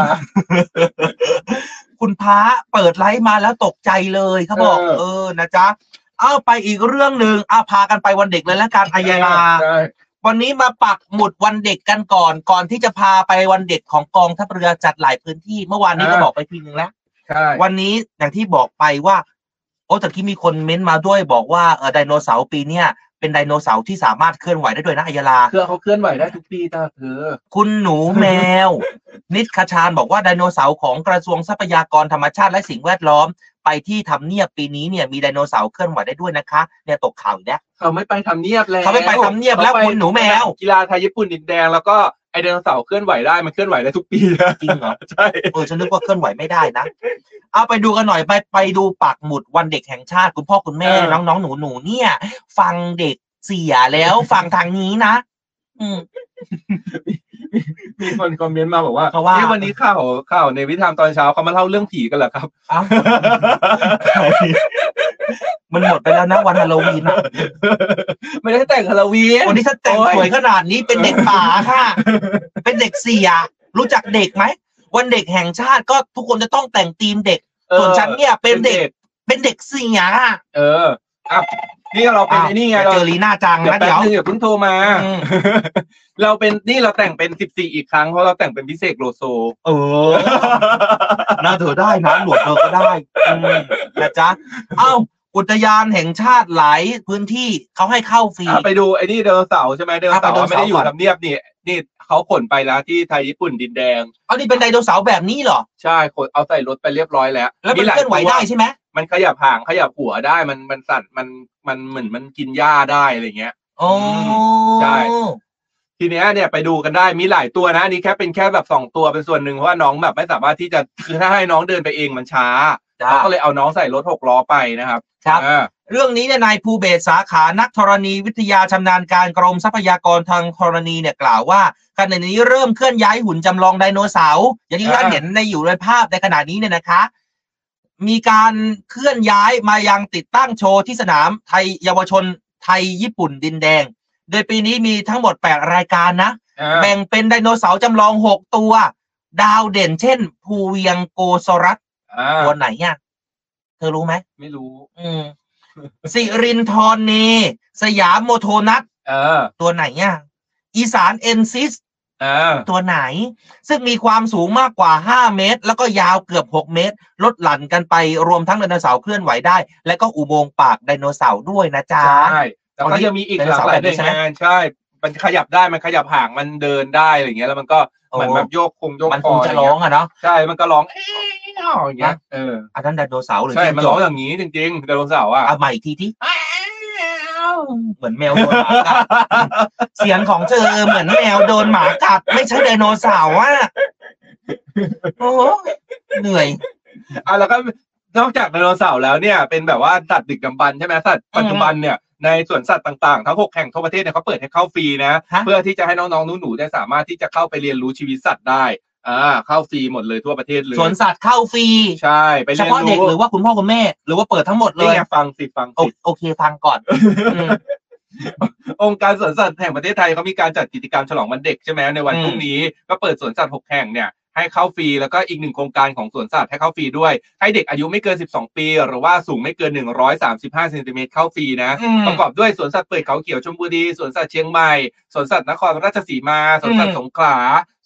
S4: คุณพระเปิดไลฟ์มาแล้วตกใจเลยเขาบอก
S5: เออ
S4: เออนะจ๊ะเอาไปอีกเรื่องหนึ่งเอาพากันไปวันเด็กเลยละกันอายาลา
S5: ใช่
S4: วันนี้มาปักหมุดวันเด็กกันก่อน ก่อนที่จะพาไปวันเด็กของกองทัพเรือจัดหลายพื้นที่ เมื่อวานนี้ก็บอกไปทีนึงแล้ว
S5: ใช่
S4: วันนี้อย่างที่บอกไปว่า โอ้แต่กี้มีคนเม้นต์มาด้วยบอกว่าเออไดโนเสาร์ปีเนี้ยเป็นไดโนเสาร์ที่สามารถเคลื่อนไหวได้ด้วยนะอัยยาลา
S5: เครือเขาเคลื่อนไหวได้ทุกปีตาเธอ
S4: คุณหนูแมว นิดคชาญบอกว่าไดโนเสาร์ของกระทรวงทรัพยากรธรรมชาติและสิ่งแวดล้อม ไปที่ทำเนียบปีนี้เนี่ยมีไดโนเสาร์เคลื่อนไหวได้ด้วยนะคะ เนี่ยตกข่าวอีกแล้ว
S5: เขาไม่ไปทำเนียบแล้ว
S4: เขาไม่ไปทำเนียบแล้ว
S5: ขาไป
S4: คุณหนูแมว
S5: กีฬาไทยญี่ปุ่นดินแดงแล้วก็ไอไดโนเสาร์เคลื่อนไหวได้มันเคลื่อนไหวได้ทุกปีนะ
S4: จริงเหรอ
S5: ใช่
S4: เออฉันนึกว่าเคลื่อนไหวไม่ได้นะ เอาไปดูกันหน่อยไปไปดูปักหมุดวันเด็กแห่งชาติ คุณพ่อคุณแม่น้องๆหนูหนูๆเนี่ย ฟังเด็กเสียแล้ว ฟังทางนี้นะ อืม
S5: มีคนคอมเมนต์มาบอกว่า
S4: เพราะว่า
S5: อ๊วันนี้ข่าวข่าวในวิธามตอนเช้าเขามาเล่าเรื่องผีกันเหรอครับ
S4: เอ้ามันหมดไปแล้วนะวันฮาโลวีนอะ
S5: ไม่ได้แต่งฮาโลวีน
S4: วันนี้ถ้าแต่งสวยขนาดนี้เป็นเด็กป่าค่ะ เป็นเด็กเสียรู้จักเด็กไหมวันเด็กแห่งชาติก็ทุกคนจะต้องแต่งธีมเด็ก
S5: เออ
S4: ส่วนฉันเนี่ยเป็นเด็กเป็นเด็กเสียค่ะ
S5: เอออ่ะนี่เราเป็นไอ้นี่ไง
S4: อ้าว
S5: เรา
S4: เจอลีน่าจัง
S5: เดี๋ยว
S4: นะ
S5: แป๊
S4: เดี๋ยว
S5: บนึงเดี๋ยวเพิ่งโทรมา
S4: อืม
S5: เราเป็นนี่เราแต่งเป็นสิบสี่อีกครั้งเพราะเราแต่งเป็นพิเศษโลโซ
S4: เออ น่าเธอได้นะหนวดเธอก็ได้อืมนะจ๊ะ เอ้า อุทยานแห่งชาติหลายพื้นที่เขาให้เข้าฟรี
S5: อ่ะไปดูไอ้นี่เดโนเสาร์ใช่ไหมเดโนเสาร์
S4: อ่ะไปไดโนเสาร์
S5: ไม่ได้อยู่
S4: ก่อน
S5: ทำเนียบนี่นี่เขาขนไปแล้วที่ไทยญี่ปุ่นดินแดง
S4: เอานี่เป็นไดโนเสาร์แบบนี้เหรอ
S5: ใช่ขนเอาใส่รถไปเรียบร้อยแล้ว
S4: แล้วมัน
S5: หา
S4: เคลื่อนไหว
S5: ตัว
S4: ได้ใช่ไหม
S5: มันขยับห่างขยับหัวได้มันมันสั่นมันมันเหมือนมันกินหญ้าได้อะไรเงี้ย
S4: โอ้
S5: ใช่ ทีเนี้ยเนี่ยไปดูกันได้มีหลายตัวนะอันนี่แค่เป็นแค่แบบสองตัวเป็นส่วนหนึ่งเพราะว่าน้องแบบไม่สามารถที่จะคือถ้าให้น้องเดินไปเองมันช้า
S4: จ้ะ
S5: เขาก็เลยเอาน้องใส่รถหกล้อไปนะครับ
S4: ครับ
S5: อ่า
S4: เรื่องนี้เนี่ยนายภูเบศสาขานักธรณีวิทยาชำนาญการกรมทรัพยากรทางธรณีเนี่ยกล่าวว่าขณะนี้เริ่มเคลื่อนย้ายหุ่นจำลองไดโนเสาร์อย่างที่
S5: อ่า
S4: ท่านเห็นในอยู่ในภาพในขณะนี้เนี่ยนะคะ มีการเคลื่อนย้ายมายังติดตั้งโชว์ที่สนามไทยเยาวชนไทยญี่ปุ่นดินแดง โดยปีนี้มีทั้งหมด 8 รายการนะ
S5: อ่า
S4: แบ่งเป็นไดโนเสาร์จำลอง 6 ตัว ดาวเด่นเช่น ภูเวียงโกซอรัส
S5: อ่า
S4: ตัวไหนอ่ะเธอรู้ไหม
S5: ไม่รู้
S4: อืม สิรินทรเน สยามโมโทนัท
S5: เออ
S4: ตัวไหนอ่ะ อีสานเอนซิส
S5: อ่า
S4: ตัวไหน ซึ่งมีความสูงมากกว่า 5 เมตร แล้วก็ยาวเกือบ 6 เมตร ลดหลั่นกันไปรวมทั้งไดโนเสาร์เคลื่อนไหวได้ และก็อุโมงค์ปากไดโนเสาร์ด้วยนะจ๊ะ
S5: ใช่แล้วก็ยังมีอีก
S4: ได
S5: ห
S4: โน
S5: ลาก
S4: เสาร์
S5: หลาย
S4: แบบ
S5: ห
S4: นี้ใช่
S5: น่วย
S4: ไหม
S5: งานใช่ มันขยับได้มันขยับห่างมันเดินได้อะไรเงี้ยแล้วมันก็เหมือนแบบโยกคงโยก
S4: มัน
S5: ค
S4: ค
S5: อง อะไร
S4: จะร้อง
S5: เงี้ย
S4: อะเนาะ
S5: ใช่มันก็ร้องเอ๊ะอย่างเงี้ย
S4: นะ
S5: เออ
S4: อันนั้นไดโนเสาร์หรือ
S5: ใช่มันร้องอ
S4: จิ้งจก
S5: ย่างนี้จริงๆไดโนเสาร์อ่ะ
S4: อ่ะใหม่อีกทีที่เหมือนแมวโดนหมากัด เสียงของเธอเหมือนแมวโดนหมากัด ไม่ใช่ไดโนเสาร์อะโอ้โหเหนื่อย
S5: อ่ะแล้วก็นอกจากไดโนเสาร์แล้วเนี่ยเป็นแบบว่าสัตว์ดึกดำบรรพ์ใช่ไหมสัตว์ปัจจุบันเนี่ยในสวนสัตว์ต่างๆทั้งหกแห่งทั่วประเทศเนี่ยเขาเปิดให้เข้าฟรีนะ
S4: ฮะ
S5: เพื่อที่จะให้น้องๆหนูๆได้สามารถที่จะเข้าไปเรียนรู้ชีวิตสัตว์ได้อ่าเข้าฟรีหมดเลยทั่วประเทศเลย
S4: สวนสัตว์เข้าฟรี
S5: ใช่ไป
S4: เฉ
S5: เรียน
S4: พาะเด็ก
S5: รู้
S4: หรือว่าคุณพ่อคุณแม่ หรือว่าเปิดทั้งหมดเล
S5: นี่
S4: ย
S5: ไงฟังสิฟัง
S4: โอ
S5: สิ
S4: โอเคฟังก่อนอืม
S5: องค์การสวนสัตว์แห่งประเทศไทยเขามีการจัดกิจกรรมฉลองวันเด็กใช่ไหมในวัน
S4: อืม
S5: พรุ่งนี้ก็เปิดสวนสัตว์หกแห่งเนี่ย ให้เข้าฟรีแล้วก็อีกหนึ่งโครงการของสวนสัตว์ให้เข้าฟรีด้วย ให้เด็กอายุไม่เกิน 12 ปี หรือว่าสูงไม่เกิน 135เซนติเมตรเข้าฟรีนะ
S4: อืม
S5: ประกอบด้วยสวนสัตว์เปิดเขาเขียวชลบุรีสวนสัตว์เชียงใหม่สวนสัตว์นครราชสีมาสวนสัต
S4: อื
S5: ว์
S4: ม
S5: สงขลา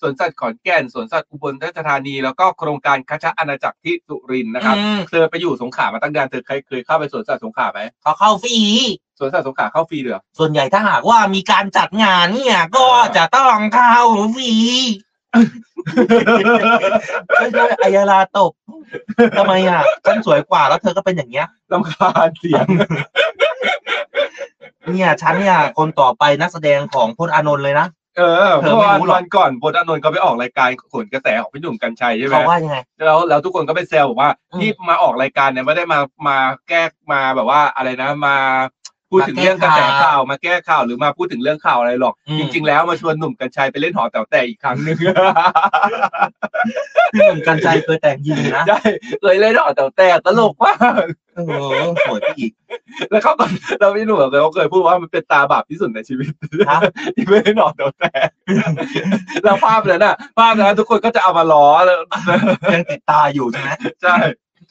S5: สวนสัตว์ขอนแก่นสวนสัตว์อุบลราชธานี แล้วก็โครงการคัชะอาณาจักรที่สุรินทร์นะครับ
S4: อืม
S5: เธอไปอยู่สงขลามาตั้งนานเธอเคยเคยเข้าไปสวนสัตว์สงขลาไหม
S4: เขาเข้าฟรี
S5: สวนสัตว์สงขลาเข้าฟรีเลยเหรอ
S4: ส่วนใหญ่ถ้าหากว่ามีการจัดงานเนี่ย ก็จะต้องเข้าฟรีไม่ใช่อายาลาตบทำไมอ่ะฉันสวยกว่าแล้วเธอก็เป็นอย่างเงี้ย
S5: ลำคาญเสียง
S4: เนี่ยฉันเนี่ยคนต่อไปนักแสดงของพลอานนท์เลยนะ
S5: เออ
S4: เธ
S5: เพ
S4: อ
S5: ราะ
S4: ไม่
S5: ว่า
S4: รู้หรอก
S5: วันก่อนพลอานนท์เขาไปออกรายการขนกระแสของพี่หนุ่มกัญชัยใช่ไหม
S4: เขาว่ายังไง
S5: แล้วแล้วทุกคนก็ไปแซวบอกว่า
S4: อืม
S5: ที่มาออกรายการเนี่ยไม่ได้มามาแก้มาแบบว่าอะไรนะมาพูดถึง
S4: มาแก้
S5: เรื่องกระแส
S4: ข่าว
S5: ข่าวมาแก้ข่าวหรือมาพูดถึงเรื่องข่าวอะไรหรอก
S4: อืม
S5: จริง ๆ แล้วมาชวนหนุ่มกัญชัยไปเล่นหอแต๋วแต่อีกครั้ง หนึ่ง
S4: พี่หนุ่มกัญชัยเคยแต่งยิงนะ
S5: ใช่เคยเล่นหอแต๋วแต่ตลกมาก
S4: โอ้โหสวยไปอีก
S5: แล้วเขาก็แล้วพี่หนุ่มเขาเคยพูดว่ามันเป็นตาบาปที่สุดในชีวิต
S4: ฮะ
S5: ที่ไม่ได้นอนแต่แต่ แล้วภาพนั้นน่ะ ภาพนั้นทุกคนก็จะเอามาล้อแล้ว
S4: ยังติดตาอยู่ใช่ไหม
S5: ใช่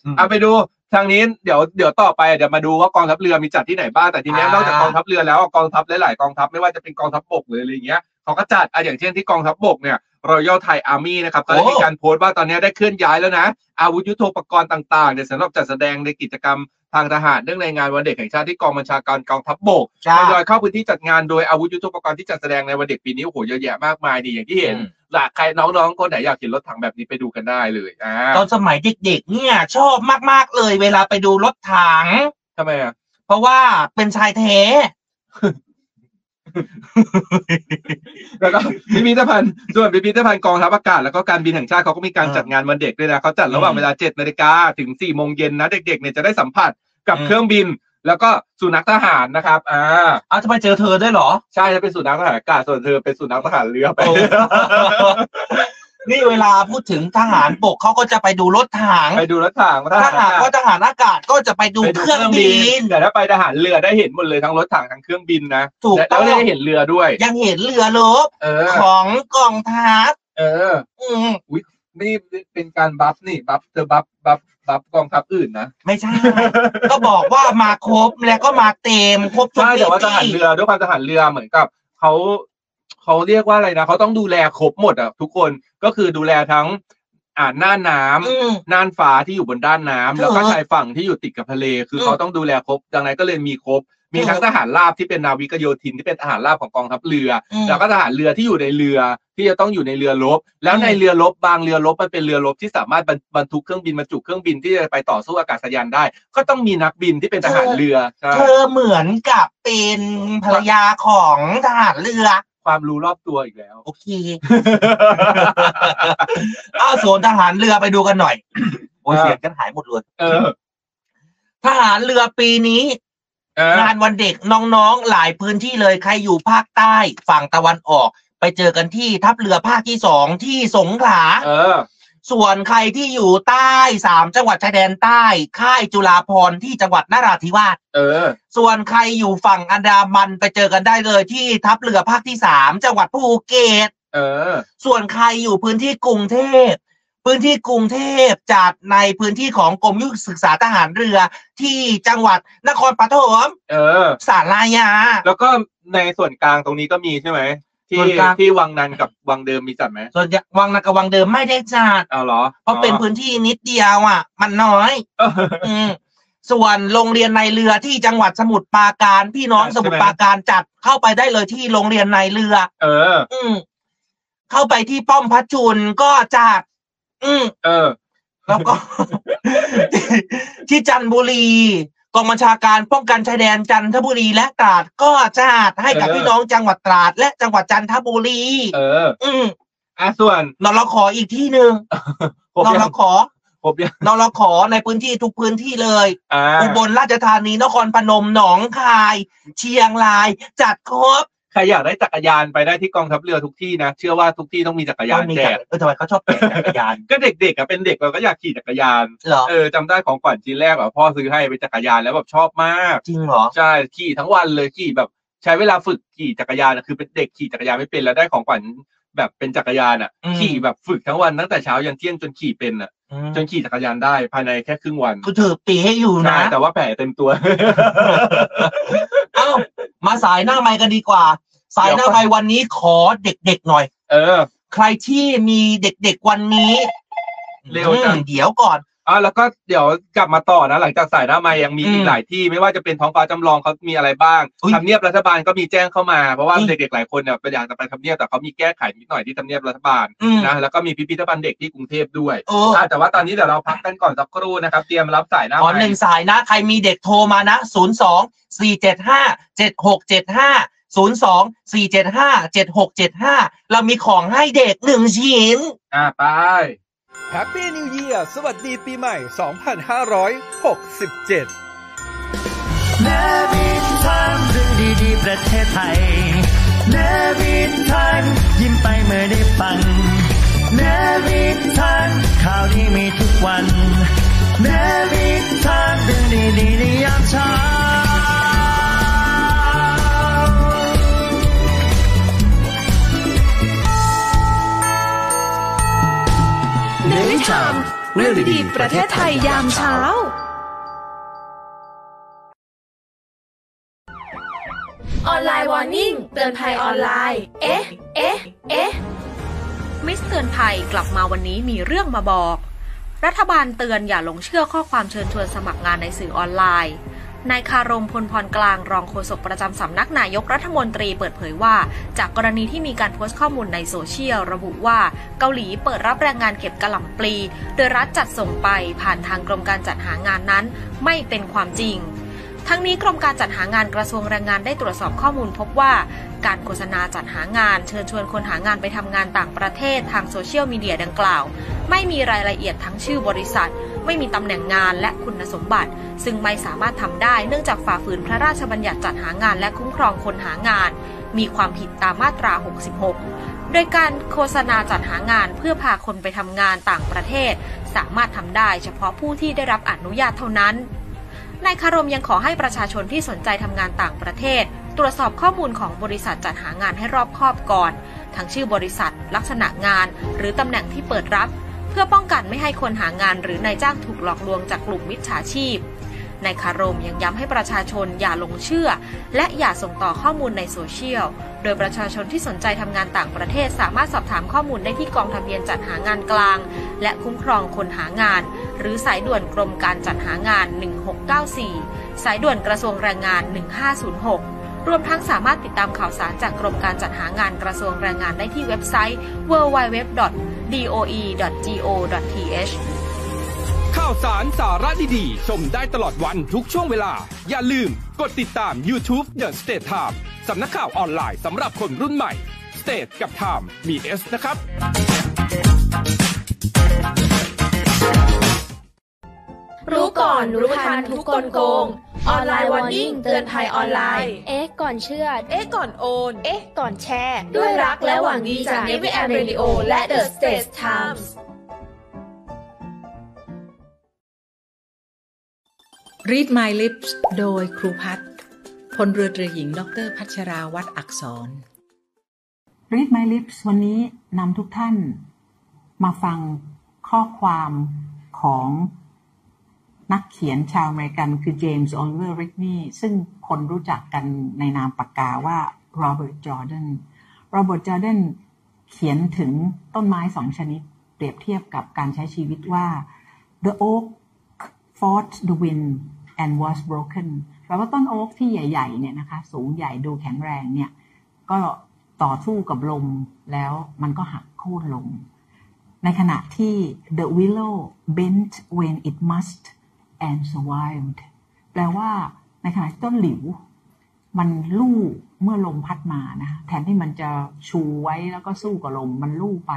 S4: อืม
S5: เอาไปดูทางนี้เดี๋ยวเดี๋ยวต่อไปเดี๋ยวมาดูว่ากองทัพเรือมีจัดที่ไหนบ้างแต่ทีเนี้ย
S4: อ่าน น
S5: อกจากกองทัพเรือแล้วกองทัพหลายๆกองทัพไม่ว่าจะเป็นกองทัพบกหรืออะไรอย่างเงี้ยเขาก็จัดอ่ะอย่างเช่นที่กองทัพบกเนี่ยรอยัลไทยอาร์มี่นะครับก็ได้มีการโพสต์ว่าตอนนี้ได้เคลื่อนย้ายแล้วนะ อาวุธยุโทโธปกรณ์ต่างๆเนี่ยสำหรับจัดแสดงในกิจกรรมทางทหารเนื่องในงานวันเด็กแห่งชาติที่กองบัญชาการกองทัพบก
S4: จ้า
S5: ทยอยเข้าพื้นที่จัดงานโดยอาวุธยุทโธปกรณ์ที่จัดแสดงในวันเด็กปีนี้โอ้โหเยอะแยะมากมายดีอย่างที่เห็น
S4: อืม
S5: หลากใครน้องๆคนไหนอยากเห็นรถถังแบบนี้ไปดูกันได้เลยอ่า
S4: ตอนสมัยเด็กๆ เนี่ย ชอบมากๆเลย เวลาไปดูรถถัง
S5: ทำไมอ่ะ
S4: เพราะว่าเป็นชายแท้
S5: แล้วก็พิพิธภัณฑ์ส่วนพิพิธภัณฑ์กองทัพอากาศแล้วก็การบินแห่งชาติเขาก็มีการ
S4: อ่า
S5: จัดงานวันเด็กด้วยนะเขาจัดระหว่างเวลา7นาฬิกาถึง4โมงเย็นนะเด็กๆเนี่ยจะได้สัมผัสกับ
S4: อืม
S5: เครื่องบิน แล้วก็สุนัขทหารนะครับอ่า
S4: เอาจะไปเจอเธอด้วยเหรอ
S5: ใช่จะเป็นสุนัขทหารอากาศส่วนเธอเป็นสุนัขทหารเรือไป
S4: โอ้ นี่เวลาพูดถึงทหารบกเขาก็จะไปดูรถถัง
S5: ไปดูรถถังท
S4: ถ้า
S5: หาร
S4: หาก
S5: อากาศ
S4: ว่าทหารอากาศก็จะไปดู
S5: ไป
S4: เครื่องบิน
S5: แต่ถ้าไปทหารเรือได้เห็นหมดเลยทั้งรถถังทั้งเครื่องบินนะ
S4: ถูกต้อง
S5: แล้วได้เห็นเรือด้วย
S4: ยังเห็นเรือรบ
S5: เออ
S4: ของกองทัพ
S5: เออ
S4: อืม
S5: นี่เป็นการบัฟนี่บัฟเธอบัฟบัฟบัฟกองทัพอื่นนะ
S4: ไม่ ใช่ ก็บอกว่ามาครบแล้วก็มาเต็มครบทุก
S5: ใช่แต่ว่าทหาร
S4: ที่
S5: เรือด้วยความทหารเรือเหมือนกับเขาเขาเรียกว่าอะไรนะเขาต้องดูแลครบหมดอ่ะทุกคนก็คือดูแลทั้งอ่าหน้าน้ำ
S4: อืม
S5: น่านฟ้าที่อยู่บนด้านน้ำ
S4: เออ
S5: แล้วก็ชายฝั่งที่อยู่ติดกับทะเล คือ
S4: เออ
S5: เขาต้องดูแลครบดังนั้นก็เลยมีครบ มีทั้ง
S4: เออ
S5: ทหารราบที่เป็นนาวิกโยธินที่เป็นทหารราบของกองทัพเรือ
S4: อืม
S5: แล้วก็ทหารเรือที่อยู่ในเรือที่จะต้องอยู่ในเรือรบ แล้วใน
S4: อืม
S5: เรือรบบางเรือรบมันเป็นเรือรบที่สามารถบรรบรรทุกเครื่องบินบรรจุเครื่องบินที่จะไปต่อสู้อากาศยานได้ ก็ต้องมีนักบินที่เป็นทหารเรือใช่
S4: เธอเหมือนกับเป็นภรรยาของทหารเรือ
S5: ความรู้รอบตัวอีกแล้ว
S4: โอเค เอาสวนทหารเรือไปดูกันหน่อย โอ้ย
S5: อ่า
S4: เสียงกันหายหมดเลย
S5: เออ
S4: ทหารเรือปีนี้
S5: เออง
S4: านวันเด็กน้องๆ หลายพื้นที่เลยใครอยู่ภาคใต้ฝั่งตะวันออก ไปเจอกันที่ทัพเรือภาคที่สองที่สงขลา
S5: เออ
S4: ส่วนใครที่อยู่ใต้สามจังหวัดชายแดนใต้ ค่ายจุฬาภรณ์ที่จังหวัดนราธิวาส
S5: เออ
S4: ส่วนใครอยู่ฝั่งอันดามันไปเจอกันได้เลยที่ทัพเรือภาคที่สามจังหวัดภูเก็ต
S5: เออ
S4: ส่วนใครอยู่พื้นที่กรุงเทพ พื้นที่กรุงเทพจัดในพื้นที่ของกรมยุทธศึกษาทหารเรือที่จังหวัดนครปฐม
S5: เออ
S4: สารายา
S5: แล้วก็ในส่วนกลางตรงนี้ก็มีใช่ไหมที่
S4: ส่วนกลาง
S5: ที่วังนันกับวังเดิมมีจัดไหม
S4: ส่วนวังนากวังเดิมไม่ได้จัด
S5: เอาเหรอ
S4: เพราะเป็นพื้นที่นิดเดียวอ่ะ มันน้อย
S5: เออ
S4: อืมส่วนโรงเรียนในเรือที่จังหวัดสมุทรปราการ พี่น้อง
S5: จัดใช่
S4: ส
S5: ไหม
S4: มุทรปราการจัดเข้าไปได้เลยที่โรงเรียนในเรือ
S5: เออ
S4: อืม เข้าไปที่ป้อมพระจุลก็จัดอืม
S5: เออ
S4: แล้วก็ ที่จันทบุรีกองบัญชาการป้องกันชายแดนจันทบุรีและตราดก็จัดให้กับ
S5: เออ
S4: พี่น้องจังหวัดตราด และจังหวัดจันทบุรี
S5: เออ
S4: อืม
S5: อ่ะส่วน
S4: นรขออีกที่หนึ่ง
S5: ครบ
S4: นร
S5: ยั
S4: ง ขอ
S5: ครบยัง
S4: นรขอในพื้นที่ทุกพื้นที่เลย
S5: อ่า
S4: อุบลราชธานีนครพนมหนองคาย เชียงราย จัดครบ
S5: ใครอยากได้จักรยานไปได้ที่กองทัพเรือทุกที่นะ เชื่อว่าทุกที่ต้องมีจักรยาน
S4: มี
S5: แจ
S4: จั
S5: ก
S4: กรเออทำไมเขาชอบแจกจักรยาน
S5: ก็เด็กๆอะเป็นเด็กเราก็อยากขี่จักรยาน
S4: เหรอ
S5: เออจำได้ของขวัญชิ้นแรกแบบพ่อซื้อให้เป็นจักรยานแล้วแบบชอบมาก
S4: จริงเหรอ
S5: ใช่ขี่ทั้งวันเลยขี่แบบใช้เวลาฝึกขี่จักรยานอะคือเป็นเด็กขี่จักรยานไม่เป็นแล้วได้ของขวัญ แบบเป็นจักรยานอ่ะ
S4: อืม
S5: ขี่แบบฝึกทั้งวันตั้งแต่เช้ายันเที่ยงจนขี่เป็นอ่ะ จนขี่จักรยานได้ภายในแค่ครึ่งวัน
S4: กูถือปีให้อยู่นะ
S5: ใช่แต่ว่าแผลเต็มตัว
S4: เอ้า มาสายหน้าไมค์กันดีกว่า สายหน้าไมค์วันนี้ขอเด็กๆหน่อย
S5: เออ
S4: ใครที่มีเด็กๆวันนี้
S5: เร็วจัง
S4: อืมเดี๋ยวก่อน
S5: อ่ะแล้วก็เดี๋ยวกลับมาต่อนะ หลังจากสายหน้าไมค์ยังมี
S4: อืม
S5: อีกหลายที่ไม่ว่าจะเป็นท้องฟ้าจำลองเขามีอะไรบ้าง
S4: อุ๊ย
S5: ทำเนียบรัฐบาลก็มีแจ้งเข้ามาเพราะว่า
S4: อืม
S5: เด็กๆหลายคนเนี่ยเป็นอยากจะไปทำเนียบแต่เขามีแก้ไขนิดหน่อยที่ทำเนียบรัฐบาล
S4: อืม
S5: นะแล้วก็มีพิพิธภัณฑ์เด็กที่กรุงเทพด้วย
S4: โอ้
S5: อ่ะแต่ว่าตอนนี้เดี๋ยวเราพักกันก่อนสักครู่นะครับ เตรียมรับสายหน้า
S4: ขอ
S5: ไม
S4: หนึ่ง
S5: ค์
S4: สายนะ ใครมีเด็กโทรมานะ 0 2 4 7 5 7 6 7 5 0 2 4 7 5 7 6 7 5 เรามีของให้เด็กหนึ่งชิ้น
S5: อ่ะไป
S1: แฮปปี้นิวเยียสวัสดีปีใหม่ 2567
S2: เนวินทามเรื่องดีๆ ประเทศไทยเนวินทามยิ้มไปเมื่อได้ฟังเนวินทามข่าวที่มีทุกวันเนวินทามเรื่องดีๆในยามเช้า
S3: เนวิชามเรื่องดีๆประเทศไทยยามเช้า ออนไลน์วอร์นิ่งเตือนภัยออนไลน์ เอ๊ะ เอ๊ะ เอ๊ะ
S7: มิสเตือนภัยกลับมาวันนี้มีเรื่องมาบอก รัฐบาลเตือนอย่าหลงเชื่อข้อความเชิญชวนสมัครงานในสื่อออนไลน์ นายคารมพลพรกลางรองโฆษกประจำสำนักนายกรัฐมนตรีเปิดเผยว่า จากกรณีที่มีการโพสต์ข้อมูลในโซเชียล ระบุว่าเกาหลีเปิดรับแรงงานเก็บกะหล่ำปลี โดยรัฐจัดส่งไปผ่านทางกรมการจัดหางานนั้น ไม่เป็นความจริง ทั้งนี้กรมการจัดหางานกระทรวงแรงงานได้ตรวจสอบข้อมูลพบว่า การโฆษณาจัดหางานเชิญชวนคนหางานไปทำงานต่างประเทศทางโซเชียลมีเดียดังกล่าว ไม่มีรายละเอียดทั้งชื่อบริษัท ไม่มีตำแหน่งงานและคุณสมบัติ ซึ่งไม่สามารถทำได้เนื่องจากฝ่าฝืนพระราชบัญญัติจัดหางานและคุ้มครองคนหางาน มีความผิดตามมาตรา 66 โดยการโฆษณาจัดหางานเพื่อพาคนไปทำงานต่างประเทศ สามารถทำได้เฉพาะผู้ที่ได้รับอนุญาตเท่านั้น นายคารมยังขอให้ประชาชนที่สนใจทำงานต่างประเทศ ตรวจสอบข้อมูลของบริษัทจัดหางานให้รอบคอบก่อน ทั้งชื่อบริษัท ลักษณะงาน หรือตำแหน่งที่เปิดรับ เพื่อป้องกันไม่ให้คนหางานหรือนายจ้างถูกหลอกลวงจากกลุ่มมิจฉาชีพนายคารมยังย้ำให้ประชาชนอย่าหลงเชื่อ และอย่าส่งต่อข้อมูลในโซเชียล โดยประชาชนที่สนใจทำงานต่างประเทศ สามารถสอบถามข้อมูลได้ที่กองทะเบียนจัดหางานกลาง และคุ้มครองคนหางาน หรือสายด่วนกรมการจัดหางาน 1694 สายด่วนกระทรวงแรงงาน 1506 รวมทั้งสามารถติดตามข่าวสารจากกรมการจัดหางานกระทรวงแรงงานได้ที่เว็บไซต์ www.doe.go.th
S8: ข่าวสารสาระดีๆ ชมได้ตลอดวันทุกช่วงเวลา อย่าลืมกดติดตาม YouTube The State Time สำนักข่าวออนไลน์สำหรับคนรุ่นใหม่ State กับ Time มี S นะครับ
S3: รู้ก่อนรู้ทันทุกกลโกง ออนไลน์วอร์นิ่งเตือนภัยออนไลน์
S9: เอ๊ะ ก่อนเชื่อ
S7: เอ๊ะก่อนโอน
S9: เอ๊ะ ก่อนแชร์
S3: ด้วยรักและหวังดีจากเนวิแอมเรดิโอและ The States Times
S10: รีด My Lips โดยครูพัฒน์พลเรือตรีหญิง ดรพัชราวัตรอักษร
S11: Read My Lips วันนี้นำทุกท่าน มาฟังข้อความของนักเขียนชาวอเมริกันคือเจมส์โอลิเวอร์ริกนี่ซึ่งคนรู้จักกันในนามปากกาว่าโรเบิร์ตจอร์แดนโรเบิร์ตจอร์แดนเขียนถึงต้นไม้สองชนิด เปรียบเทียบกับการใช้ชีวิตว่า the oak fought the wind and was broken แปลว่าต้นโอ๊กที่ใหญ่ๆเนี่ยนะคะ สูงใหญ่ดูแข็งแรงเนี่ย ก็ต่อสู้กับลมแล้วมันก็หักโค่นลง ในขณะที่ the willow bent when it must and survived แปลว่าในขณะที่ต้นหลิว มันลู่เมื่อลมพัดมานะแทนที่มันจะชูไว้แล้วก็สู้กับลม มันลู่ไป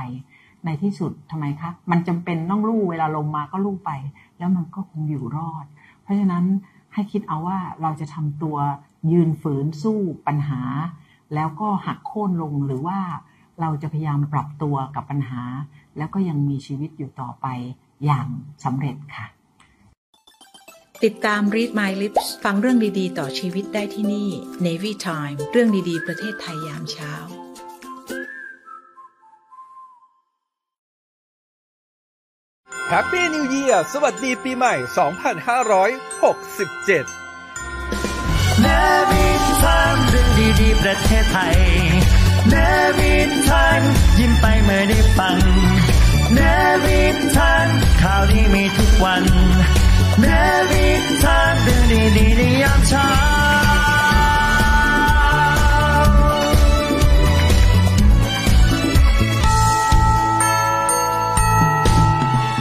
S11: ในที่สุดทำไมคะ มันจำเป็นต้องลู่เวลาลมมาก็ลู่ไป แล้วมันก็คงอยู่รอด เพราะฉะนั้นให้คิดเอาว่าเราจะทำตัวยืนฝืนสู้ปัญหา แล้วก็หักโค่นลงหรือว่าเราจะพยายามปรับตัวกับปัญหา แล้วก็ยังมีชีวิตอยู่ต่อไปอย่างสำเร็จค่ะ
S10: ติดตาม Read My Lips ฟังเรื่องดีๆ ต่อชีวิตได้ที่นี่ Navy Time เรื่องดีๆ ประเทศไทยยามเช้า
S1: Happy New Year สวัสดีปีใหม่ 2567
S2: เนวินทามเรื่องดีๆประเทศไทยเนวินทามยิ้มไปเมื่อได้ฟังเนวินทามข่าวดีมีทุกวันเนวินทามเรื่องดีๆในยามเช้า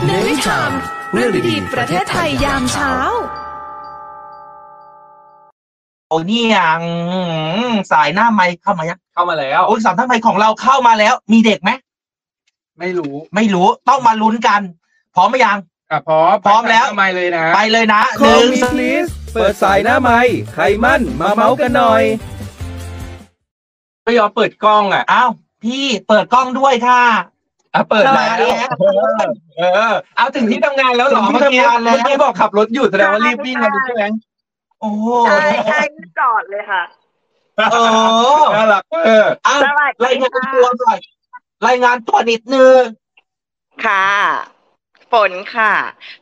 S12: เนวิชามเรื่องดีๆประเทศไทยยามเช้า
S4: โอ้นี่ยังสายหน้าไมค์เข้ามายัง
S5: เข้ามาแล้ว
S4: โอ้ยสามท่านไมค์ของเราเข้ามาแล้ว มีเด็กไหม
S5: ไม่รู้
S4: ไม่รู้ต้องมาลุ้นกัน พร้อมไหมยัง
S5: อ่ะพร้อม
S4: พร้อมแล้ว
S5: ไปเลยนะ
S4: ไปเลยนะ
S1: คอมมิพลีสเปิดสายหน้าไม้ใครมั่นมาเมาส์กันหน่อย
S5: ไม่ยอมเปิดกล้องอ่ะ
S4: อ้าวพี่เปิดกล้องด้วยค่ะ
S5: อ่ะเปิดแล้ว
S4: มาแล้ว
S5: เออเอาถึงที่ทำงานแล้วเหรอ
S4: ถึงที่
S5: เมื่อกี้
S4: ทำงานแล้ว
S5: เมื่อกี้บอกขับรถอยู่แสดงว่ารีบวิ่งกันใช่ไหม
S4: โอ้โห
S13: ใช่ใช่จอดเลยค่ะ
S4: เออ
S5: น่ารักเออ
S4: อ้าว
S13: สวัสดีค่ะ
S4: รายงานตัวหน่อยรายงานตัวนิดนึง
S13: ค่ะ ฝนค่ะ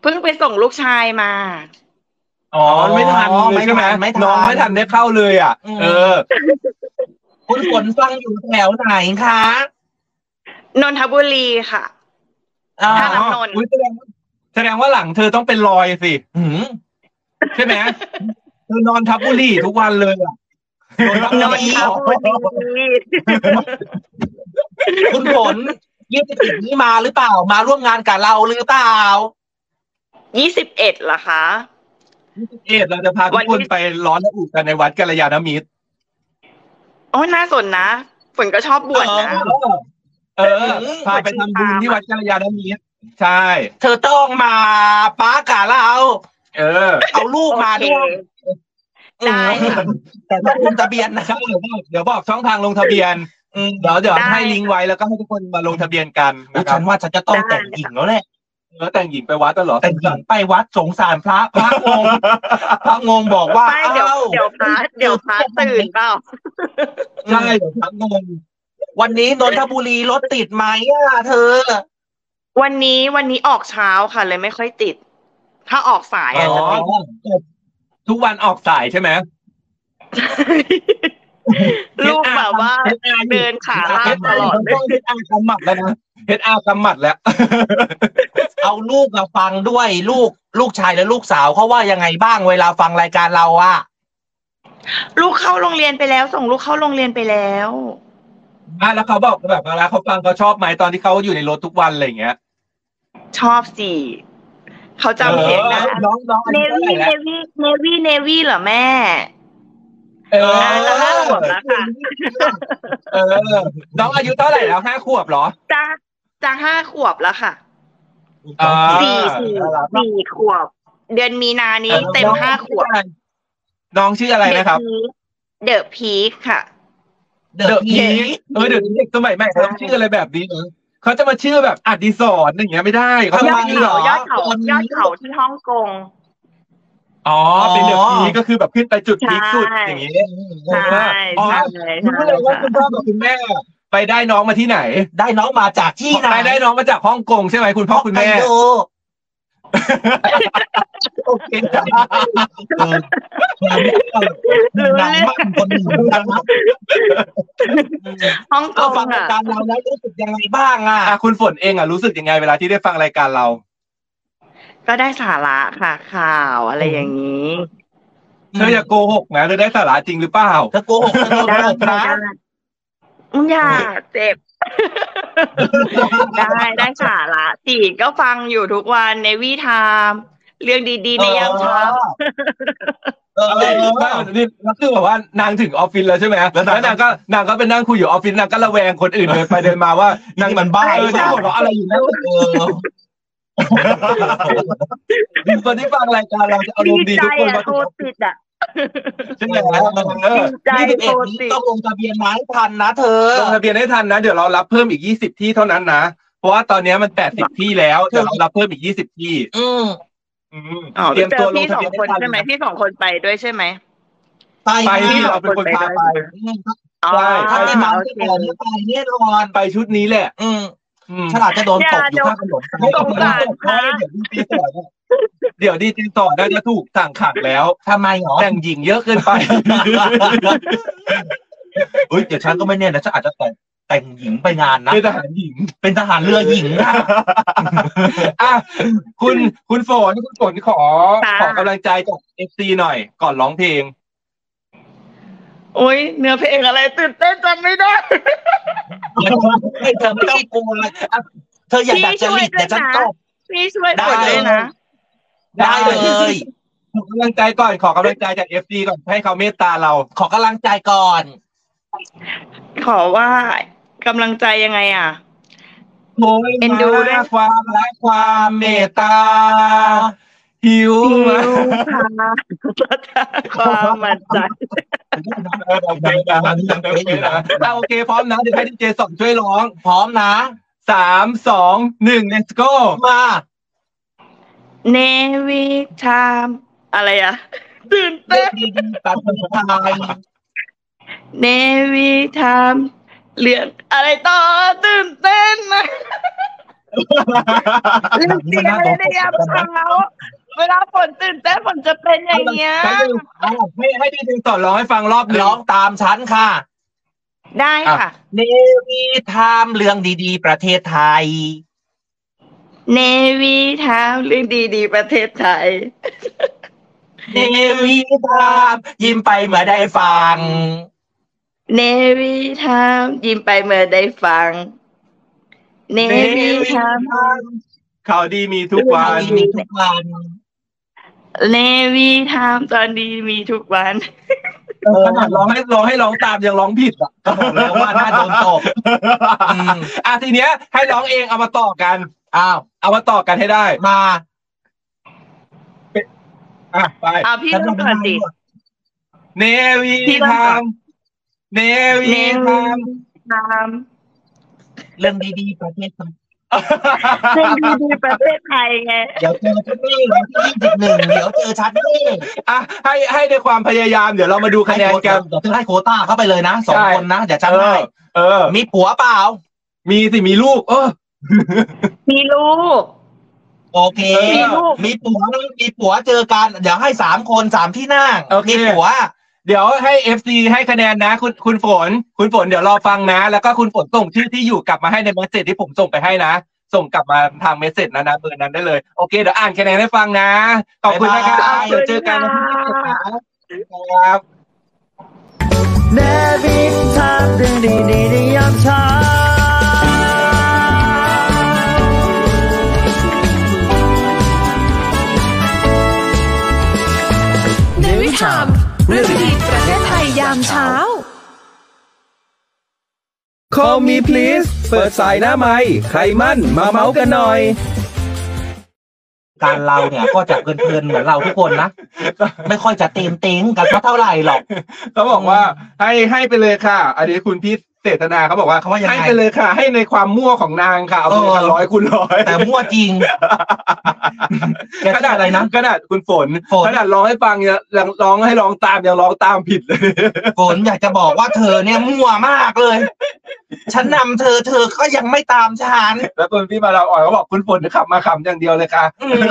S13: เพิ่งไปส่งลูกชายมา
S5: อ๋อไม่ทันเลย
S4: ไม่
S5: ใช่ไหม
S4: ทันไม่ทัน
S5: น้องไม่ทันได้เข้าเลยอ่ะ
S4: อืม
S5: เออ
S4: คุณฝนฟังอยู่แถวไหนคะ
S13: นนทบุรีค่ะ
S4: อ๋อ
S13: ท่าน้ำนนท์
S4: อุ๊ยแสดงว่า
S5: แสดงว่าหลังเธอต้องเป็นรอยสิ
S4: หืม
S5: ใช่ไหมเธอนอนทับบุหรี่ทุกวันเลยอะ
S4: นนทบุรีคุณฝนยี่สิบสี่นี้มาหรือเปล่า มาร่วมงานกับเราหรือเปล่า
S13: ยี่สิบเอ็ดเหรอคะ
S5: เอ็ดเราจะพาทุกคนไปร้อนและอุ่นกันในวัดกัลยาณมิตร
S13: โอ้ยน่าสนนะ ฝนก็ชอบบวชนะ
S5: เออ พาไปทำบุญที่วัดกัลยาณมิตร ใช่
S4: เธอต้องมาป้ากับเรา
S5: เออ
S4: เอาลูกมาด้วย
S13: ได้ค่ะ
S4: แต่ต้องลงทะเบียนนะครับ
S5: เดี๋ยวบอกช่องทางลงทะเบียน
S4: อืม
S5: เดี๋ยวเดี๋ยว
S13: ได้
S5: ให้ลิงก์ไว้แล้วก็ให้ทุกคนมาลงทะเบียนกัน
S4: อุ๊
S5: นะ
S4: ย
S5: ครั
S4: ฉั
S5: บ
S4: นว่าฉันจะต้องแต่งหญิงแล้วแหละ
S5: แล้วแต่งหญิงไปวัดแล้วเหรอ
S4: แต่งหญิงไปวัดสงสารพระ พระงงพระงงบอกว่า
S13: ไม่เดี๋ยว
S4: อ้า
S13: เดี๋ยวพระ เดี๋ยวพระตื่นเปล่า
S5: ใช่เดี๋ยวทั้งงง
S4: วันนี้นนทบุรีรถติดไหมอ่ะเธอ
S13: วันนี้วันนี้ออกเช้าค่ะ เลยไม่ค่อยติด ถ้าออกสายอาจจะติด
S5: อ๋อทุกวันออกสายใช่ไหม
S13: ลูกแบบว่า เดินขาลากตลอดเลย
S5: เฮดอาร์กำหมัดแล้วนะเฮดอาร์กำหมัด แล้ว
S4: เอาลูกมาฟังด้วยลูกลูกชายและลูกสาวเขาว่ายังไงบ้างเวลาฟังรายการเราอ่ะ
S13: ลูกเข้าโรงเรียนไปแล้ว ส่งลูกเข้าโรงเรียนไปแล้ว
S5: อ่ะแล้วเขาบอกแบบเวลาเขาฟังเขาชอบไหมตอนที่เขาอยู่ในรถทุกวันอะไรอย่างเงี้ย
S13: ชอบสิเขาจำเสียงได้
S5: ออน้องน้องอา
S13: เน
S5: ยุเท่าไห
S13: วี่
S5: ร่
S13: เน
S5: แล้ว
S13: วี่เนวี่เนวี่เหรอแม่
S5: เออ
S13: อ่าจะห้าขวบแล้วค่ะ
S5: เออ น้องอายุเท่าไหร่แล้วห้าขวบเหรอ
S13: จะจะห้าขวบแล้วค่ะ
S5: อ่า
S13: สี่สี่สี่ขวบ เดือนมีนานี้เต็มห้าขวบ
S5: น้องชื่ออะไรนะครับ
S13: เดอะพีคค่ะ
S5: เดอะพีเออเดอะพีเด็กสมัยใหม่เขาชื่ออะไรแบบนี้เหรอเขาจะมาชื่อแบบอดิศรอย่างเงี้ยไม่ได้เขา
S13: ย
S5: ต้อ
S13: อง ด
S5: มี
S13: เขายอดเขา
S4: ตอนนี้
S13: ยอดเขาที่ฮ่องกง
S5: อ๋อเป็นเดอะพีก็คือแบบขึ้นไปจุดพีคสุด
S13: ใช่
S5: อย่างงี้
S13: ใช่
S5: อ๋อ
S13: ใช่
S5: รู้เลยว่าคุณพ่อกับคุณแม่ไปได้น้องมาที่ไหน
S4: ได้น้องมาจากที่ไหน
S5: ไปได้น้องมาจากฮ่องกงใช่ไหมคุณพ่อคุณแม่
S4: ไปดู
S5: โอเคจ้ะ
S4: เออหนังมากคนหนึ่งนะครับ
S13: ฮ่องก
S4: เอา
S13: ง
S4: ฟังราย
S13: ค่ะ
S4: การเราแล้วรู้สึกยังไงบ้างอ่ะ
S5: อ่ะคุณฝนเองอ่ะรู้สึกยังไงเวลาที่ได้ฟังรายการเรา
S13: ก็ได้สาระค่ะ ข่าวอะไรอย่างนี้
S5: เธออย่าโกหกนะเธอได้สาระจริงหรือเปล่า
S4: เธอโกหกเธอโกหกนะ
S13: มึงอย่าเจ็บ ได้ได้สาระจีก็ฟังอยู่ทุกวันในวีไทามเรื่องดีๆในยามเช้า
S4: เออ
S5: บ้านนี่แล้วคือแบบว่านางถึงออฟฟิศแล้วใช่ไหมแล้วนางก็นางก็ไปนั่งคุยอยู่ออฟฟิศนางก็ระแวงคนอื่นเดินไปเดินมาว่านาง
S4: นี่มันบ้า
S5: เออ
S4: หรือเป
S5: ที่
S4: ล่า
S5: หัวเราะอะไรอยู่นะ
S4: เออ
S5: คนที่ฟังรายการเราจะอารมณ์ดี
S13: ใจ
S5: ทุกคน
S13: อ่ะ
S5: มา
S13: โทษติดอ่ะ
S5: ใช่ไหมเออ
S13: ใจ
S4: ยี่สิบ
S13: โท
S4: เอ็ด
S13: ษ
S4: นี้
S13: ติด
S4: ต้องลงทะเบียนไม้ทันนะเธอ
S5: ลงทะเบียนให้ทันนะ เดี๋ยวเรารับเพิ่มอีกยี่สิบที่เท่านั้นนะเพราะว่าตอนนี้มันแปดสิบที่แล้วเดี๋ยวเรารับเพิ่มอีกยี่สิบที่
S4: อืม
S5: อืม
S13: อ๋อ
S5: เตรียม
S13: เจ
S5: ตัว
S13: อ
S5: ลง
S13: พี่
S5: ทะ
S13: สอง
S5: เบียน
S13: คนใช่ไหม
S5: ให้ทัน
S13: พี่สองคนไปด้วยใช่ไหม
S4: ไป
S5: ไป
S4: นะ
S5: ที่เราเป็นคนพาไป
S4: อืม
S13: อ๋อ
S5: ใช่
S4: ถ้าไม่มา
S13: โอ
S4: จะ
S13: เค
S4: บอกว่าไปแน่นอน
S5: ไปชุดนี้แหละ
S4: อืม ฉลาดจะโดนตบอยู่ข้างถนน
S13: อย่าโด
S4: ตบ
S13: นสงสาร
S4: เพราะเดี๋ยวดีเจต่อเดี๋ยวดีเจต่อน่าจะถูกสั่งขังแล้วทำไมหรอแต่งหญิงเยอะเกิ นไป เฮ้ยเดี๋ยวฉันก็ไม่แน่นะฉันอาจจะแต่งแต่งหญิงไปงานนะ เป็นทหารหญิง เป็นทหารเรือหญิงนะ
S5: อ่ะคุณคุณฝนคุณฝนขอขอกำลังใจจากเอฟซีหน่อย ก่อนร้องเพลง
S13: โอ้ยเนื้อเพลงอะไรตื่นเต้นจำไม่ได้
S4: เธอไม่ต้องกลัวเธออยากดัดจริตเดี๋ยวฉันตบ
S13: พี่ช่วย
S4: ได้
S13: กดด้วยนะ
S4: ได้เลย
S5: ขอกำลังใจก่อนขอกำลังใจจากเอฟซีก่อนให้เขาเมตตาเรา
S4: ขอกำลังใจก่อน
S13: ขอว่ากำลังใจยังไงอ่ะ
S5: โอ้ย
S13: เอ็นดูด้วย
S5: ความรักความเมตตา หิวมา
S13: ความมันใจ
S5: เราโอเคพร้อมนะ เดี๋ยวให้ดีเจสองช่วยร้อง พร้อมนะสามสองหนึ่ง let's go
S4: มา
S13: เนวิชามอะไรอ่ะ ตื่นเต้น
S4: ตัดทาย
S13: เนวิชามเรื่องอะไรต่อตื่นเต้นนะเรื่องเสียงอะไรในยามเช้าเวลาฝนตื่นเต้นฝนจะเป็นอย่างเงี้ย
S5: ให้ให้ดีเจสองร้องให้ฟังรอบหนึ่ง
S4: ร้องตามฉันค่ะ
S13: ได้ค่ะ
S4: เนวีไทม์เรื่องดีๆ ประเทศไทย
S13: เนวีทามเรื่องดีๆ ประเทศไทย
S4: เนวีไทม์ยิ้มไปเมื่อได้ฟัง
S13: เนวีทามยิ้มไปเมื่อได้ฟัง เนวีทาม
S5: ข่าวดีมีทุกวัน
S4: มีทุกวัน
S13: เนวีทามตอนดีมีทุกวัน
S5: ขนาดร้องให้ร้องให้ร้องตามยังร้องผิดอ่ะบอกแล้วว่าน่าโดนตบอ่ะทีเนี้ย ให้ร้องเองเอามาต่อกัน
S4: อ้าว
S5: เอามาต่อกันให้ได้
S4: มา
S5: อ่ะไป
S13: อ่ะพี่เริ่มก่อนสิ
S5: เนวีทามเนวี
S13: เน
S5: ทา
S13: วี
S5: ม
S13: ทาม
S4: เรื่องดีๆ ประเทศไทย
S13: เรื่องดีๆประเทศไทยไง
S4: เดี๋ยวเจอฉันนี่วันที่ยี่สิบหนึ่งเดี๋ยวเจอฉันนี่
S5: อ่ะให้ให้ด้วยความพยายาม เดี๋ยวเรามาดูคะแนนกัน
S4: เดี๋ยวเธอให้โควต้าเข้าไปเลยนะสอง
S5: ใช่
S4: คนนะ เดี๋ยวฉันให้
S5: เออ
S4: มีผัวเปล่า
S5: มีสิมีลูก เออ
S13: มีลูก
S4: โอเค
S13: มีลูก
S4: มีผัวนะมีผัวเจอกัน เดี๋ยวให้สามคนสามที่นั่ง
S5: โอเค
S4: มีผัว
S5: เดี๋ยวให้เอฟซีให้คะแนนนะ คุณคุณฝน คุณฝนเดี๋ยวรอฟังนะ แล้วก็คุณฝนส่งชื่อที่อยู่กลับมาให้ในเมสเซจที่ผมส่งไปให้นะ ส่งกลับมาทางเมสเซจนะนะเบอร์นั้นได้เลย โอเคเดี๋ยวอ่านคะแนนให้ฟังนะ ขอบคุณนะครับ
S4: บ๊ายบาย
S5: เดี๋ยวเจอกันวันที่ยี่สิบครับ
S2: เนวิทามเรื่องดีๆในยามเช้า
S12: เนวิชามเรื่องดีๆประเทศไทยยามเช้า
S1: Call me please เปิดสายหน้าไม้ใครมั่นมาเมาส์กันหน่อย
S4: การเราเนี่ย ก็จะเพลินๆเหมือนเราทุกคนนะ ไม่ค่อยจะเต็มเต็งกันสักเท่าไหร่หรอก
S5: เขาบอกว่าให้ให้ไปเลยค่ะ อันนี้คุณพี่เศรษฐนาเขาบอกว่า
S4: เขาว่ายังไง
S5: ให้ไปเลยค่ะ ให้ในความมั่วของนางค่ะเอาไปเลยค่ะร้อยคุณร้อย
S4: แต่มั่วจริง แก
S5: ข
S4: ชื่
S5: นา
S4: อ
S5: ด
S4: อะไรนะ
S5: ขนาดคุณฝน
S4: ฝน
S5: ขนาดร้องให้ฟังยังยังร้องให้ร้องตามยังร้องตามผิดเลย
S4: ฝนอยากจะบอกว่าเธอเนี่ยมั่วมากเลย ฉันนำเธอเธอก็ยังไม่ตามฉัน
S5: แล้วคนพี่มาเราอ่อยเขาบอกคุณฝนขับมาขำอย่างเดียวเลยค่ะ
S4: อืม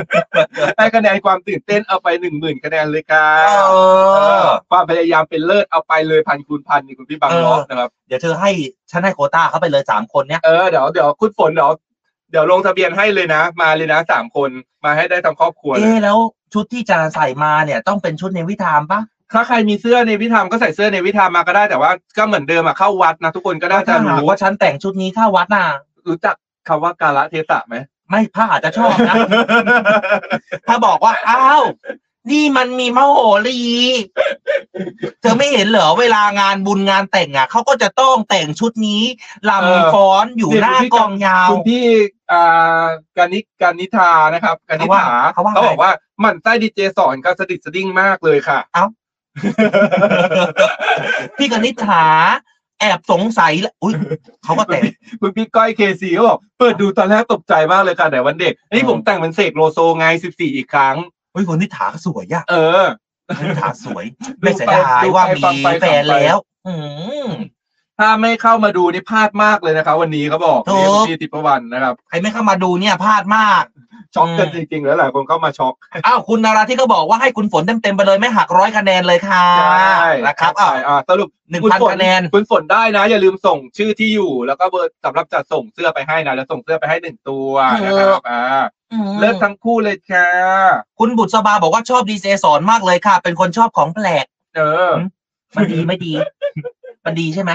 S5: ให้คะแนนความตื่นเต้นเอาไปหนึ่งหมื่นคะแนนเลยค่ะ
S4: เออ
S5: ความพยายามเป็นเลิศเอาไปเลยพันคูณพันนี่คุณพี่บางล้อ
S4: เออ
S5: นะครับ
S4: เดี๋ยวเธอให้ฉันให้โควต้าเข้าไปเลยสามคนเนี่ย
S5: เออเดี๋ยวเดี๋ยวคุณฝนเดี๋ยวเดี๋ยวลงทะเบียนให้เลยนะ มาเลยนะสามคนมาให้ได้ทั้งครอบครัวเลย
S4: เอ๊ะแล้วชุดที่จะใส่มาเนี่ย ต้องเป็นชุดในวิธามปะ
S5: ถ้าใครมีเสื้อในวิธามก็ใส่เสื้อในวิธามมาก็ได้แต่ว่าก็เหมือนเดิมอะเข้าวัดนะ ทุกคนก็น่าจะ
S4: ถ้าหาก
S5: รู้
S4: ว่าฉันแต่งชุดนี้เข้าวัดน่ะ
S5: รู้จักคำว่ากาลเทศะไหม
S4: ไม่พระอาจจะชอบนะ ถ้าบอกว่า อ้าว นี่มันมีมโหรีเธอไม่เห็นเหรอเวลางานบุญงานแต่งอ่ะเขาก็จะต้องแต่งชุดนี้
S5: เออ
S4: ลำฟ้อนอยู่หน้ากองยาว
S5: คุณพี่อ่าการนิการนิธานะครับการนิธา
S4: เขาว่า
S5: เขาบอกว่าหมันใต้ดีเจสอนก็สะดิดสะดิ้งมากเลยค่ะ
S4: เอ้า พี่กนิษฐาแอบสงสัยละอุ้ยเขาก็แต่ง
S5: คุณพี่ก้อยเคซีเขาบอกเปิดดูตอนแรกตกใจมากเลยค่ะแต่วันเด็กอันนี่
S4: เออ
S5: ผมแต่งเป็นเสกโลโซไงสิบสี่อีกครั้ง
S4: อุ้ยกนิษฐาก็สวยอะ
S5: เออ
S4: กนิษฐาสวย ไม่เสียดายว่ามีแฟนแล้ว อืม
S5: ถ้าไม่เข้ามาดูนี่พลาดมากเลยนะครับ วันนี้เขาบอก
S4: ถู
S5: เอก มซีทิพวันนะครับ
S4: ใครไม่เข้ามาดูเนี่ยพลาดมาก
S5: ช็อกกันจริงๆแล้วหลายคนเข้ามาช็อก
S4: อ้าวคุณนาราที่ก็บอกว่าให้คุณฝนเต็มๆไปเลยไม่หักร้อยคะแนนเลยค่ะนะครับอ้าว
S5: อ่าสรุป
S4: หนึ่ง
S5: คุณ
S4: พัน
S5: ฝ
S4: คะแนน
S5: คุณฝนได้นะ อย่าลืมส่งชื่อที่อยู่ แล้วก็เบอร์สำหรับจัดส่งเสื้อไปให้นะแล้วส่งเสื้อไปให้หนึ่งตัวนะครับอ่า เลิกทั้งคู่เลยค่ะ
S4: คุณบุตรสบาบอกว่าชอบดีเจสอนมากเลยค่ะ เป็นคนชอบของแปลก
S5: เออ
S4: มันดีไม่ดี มันดีใช่ไหม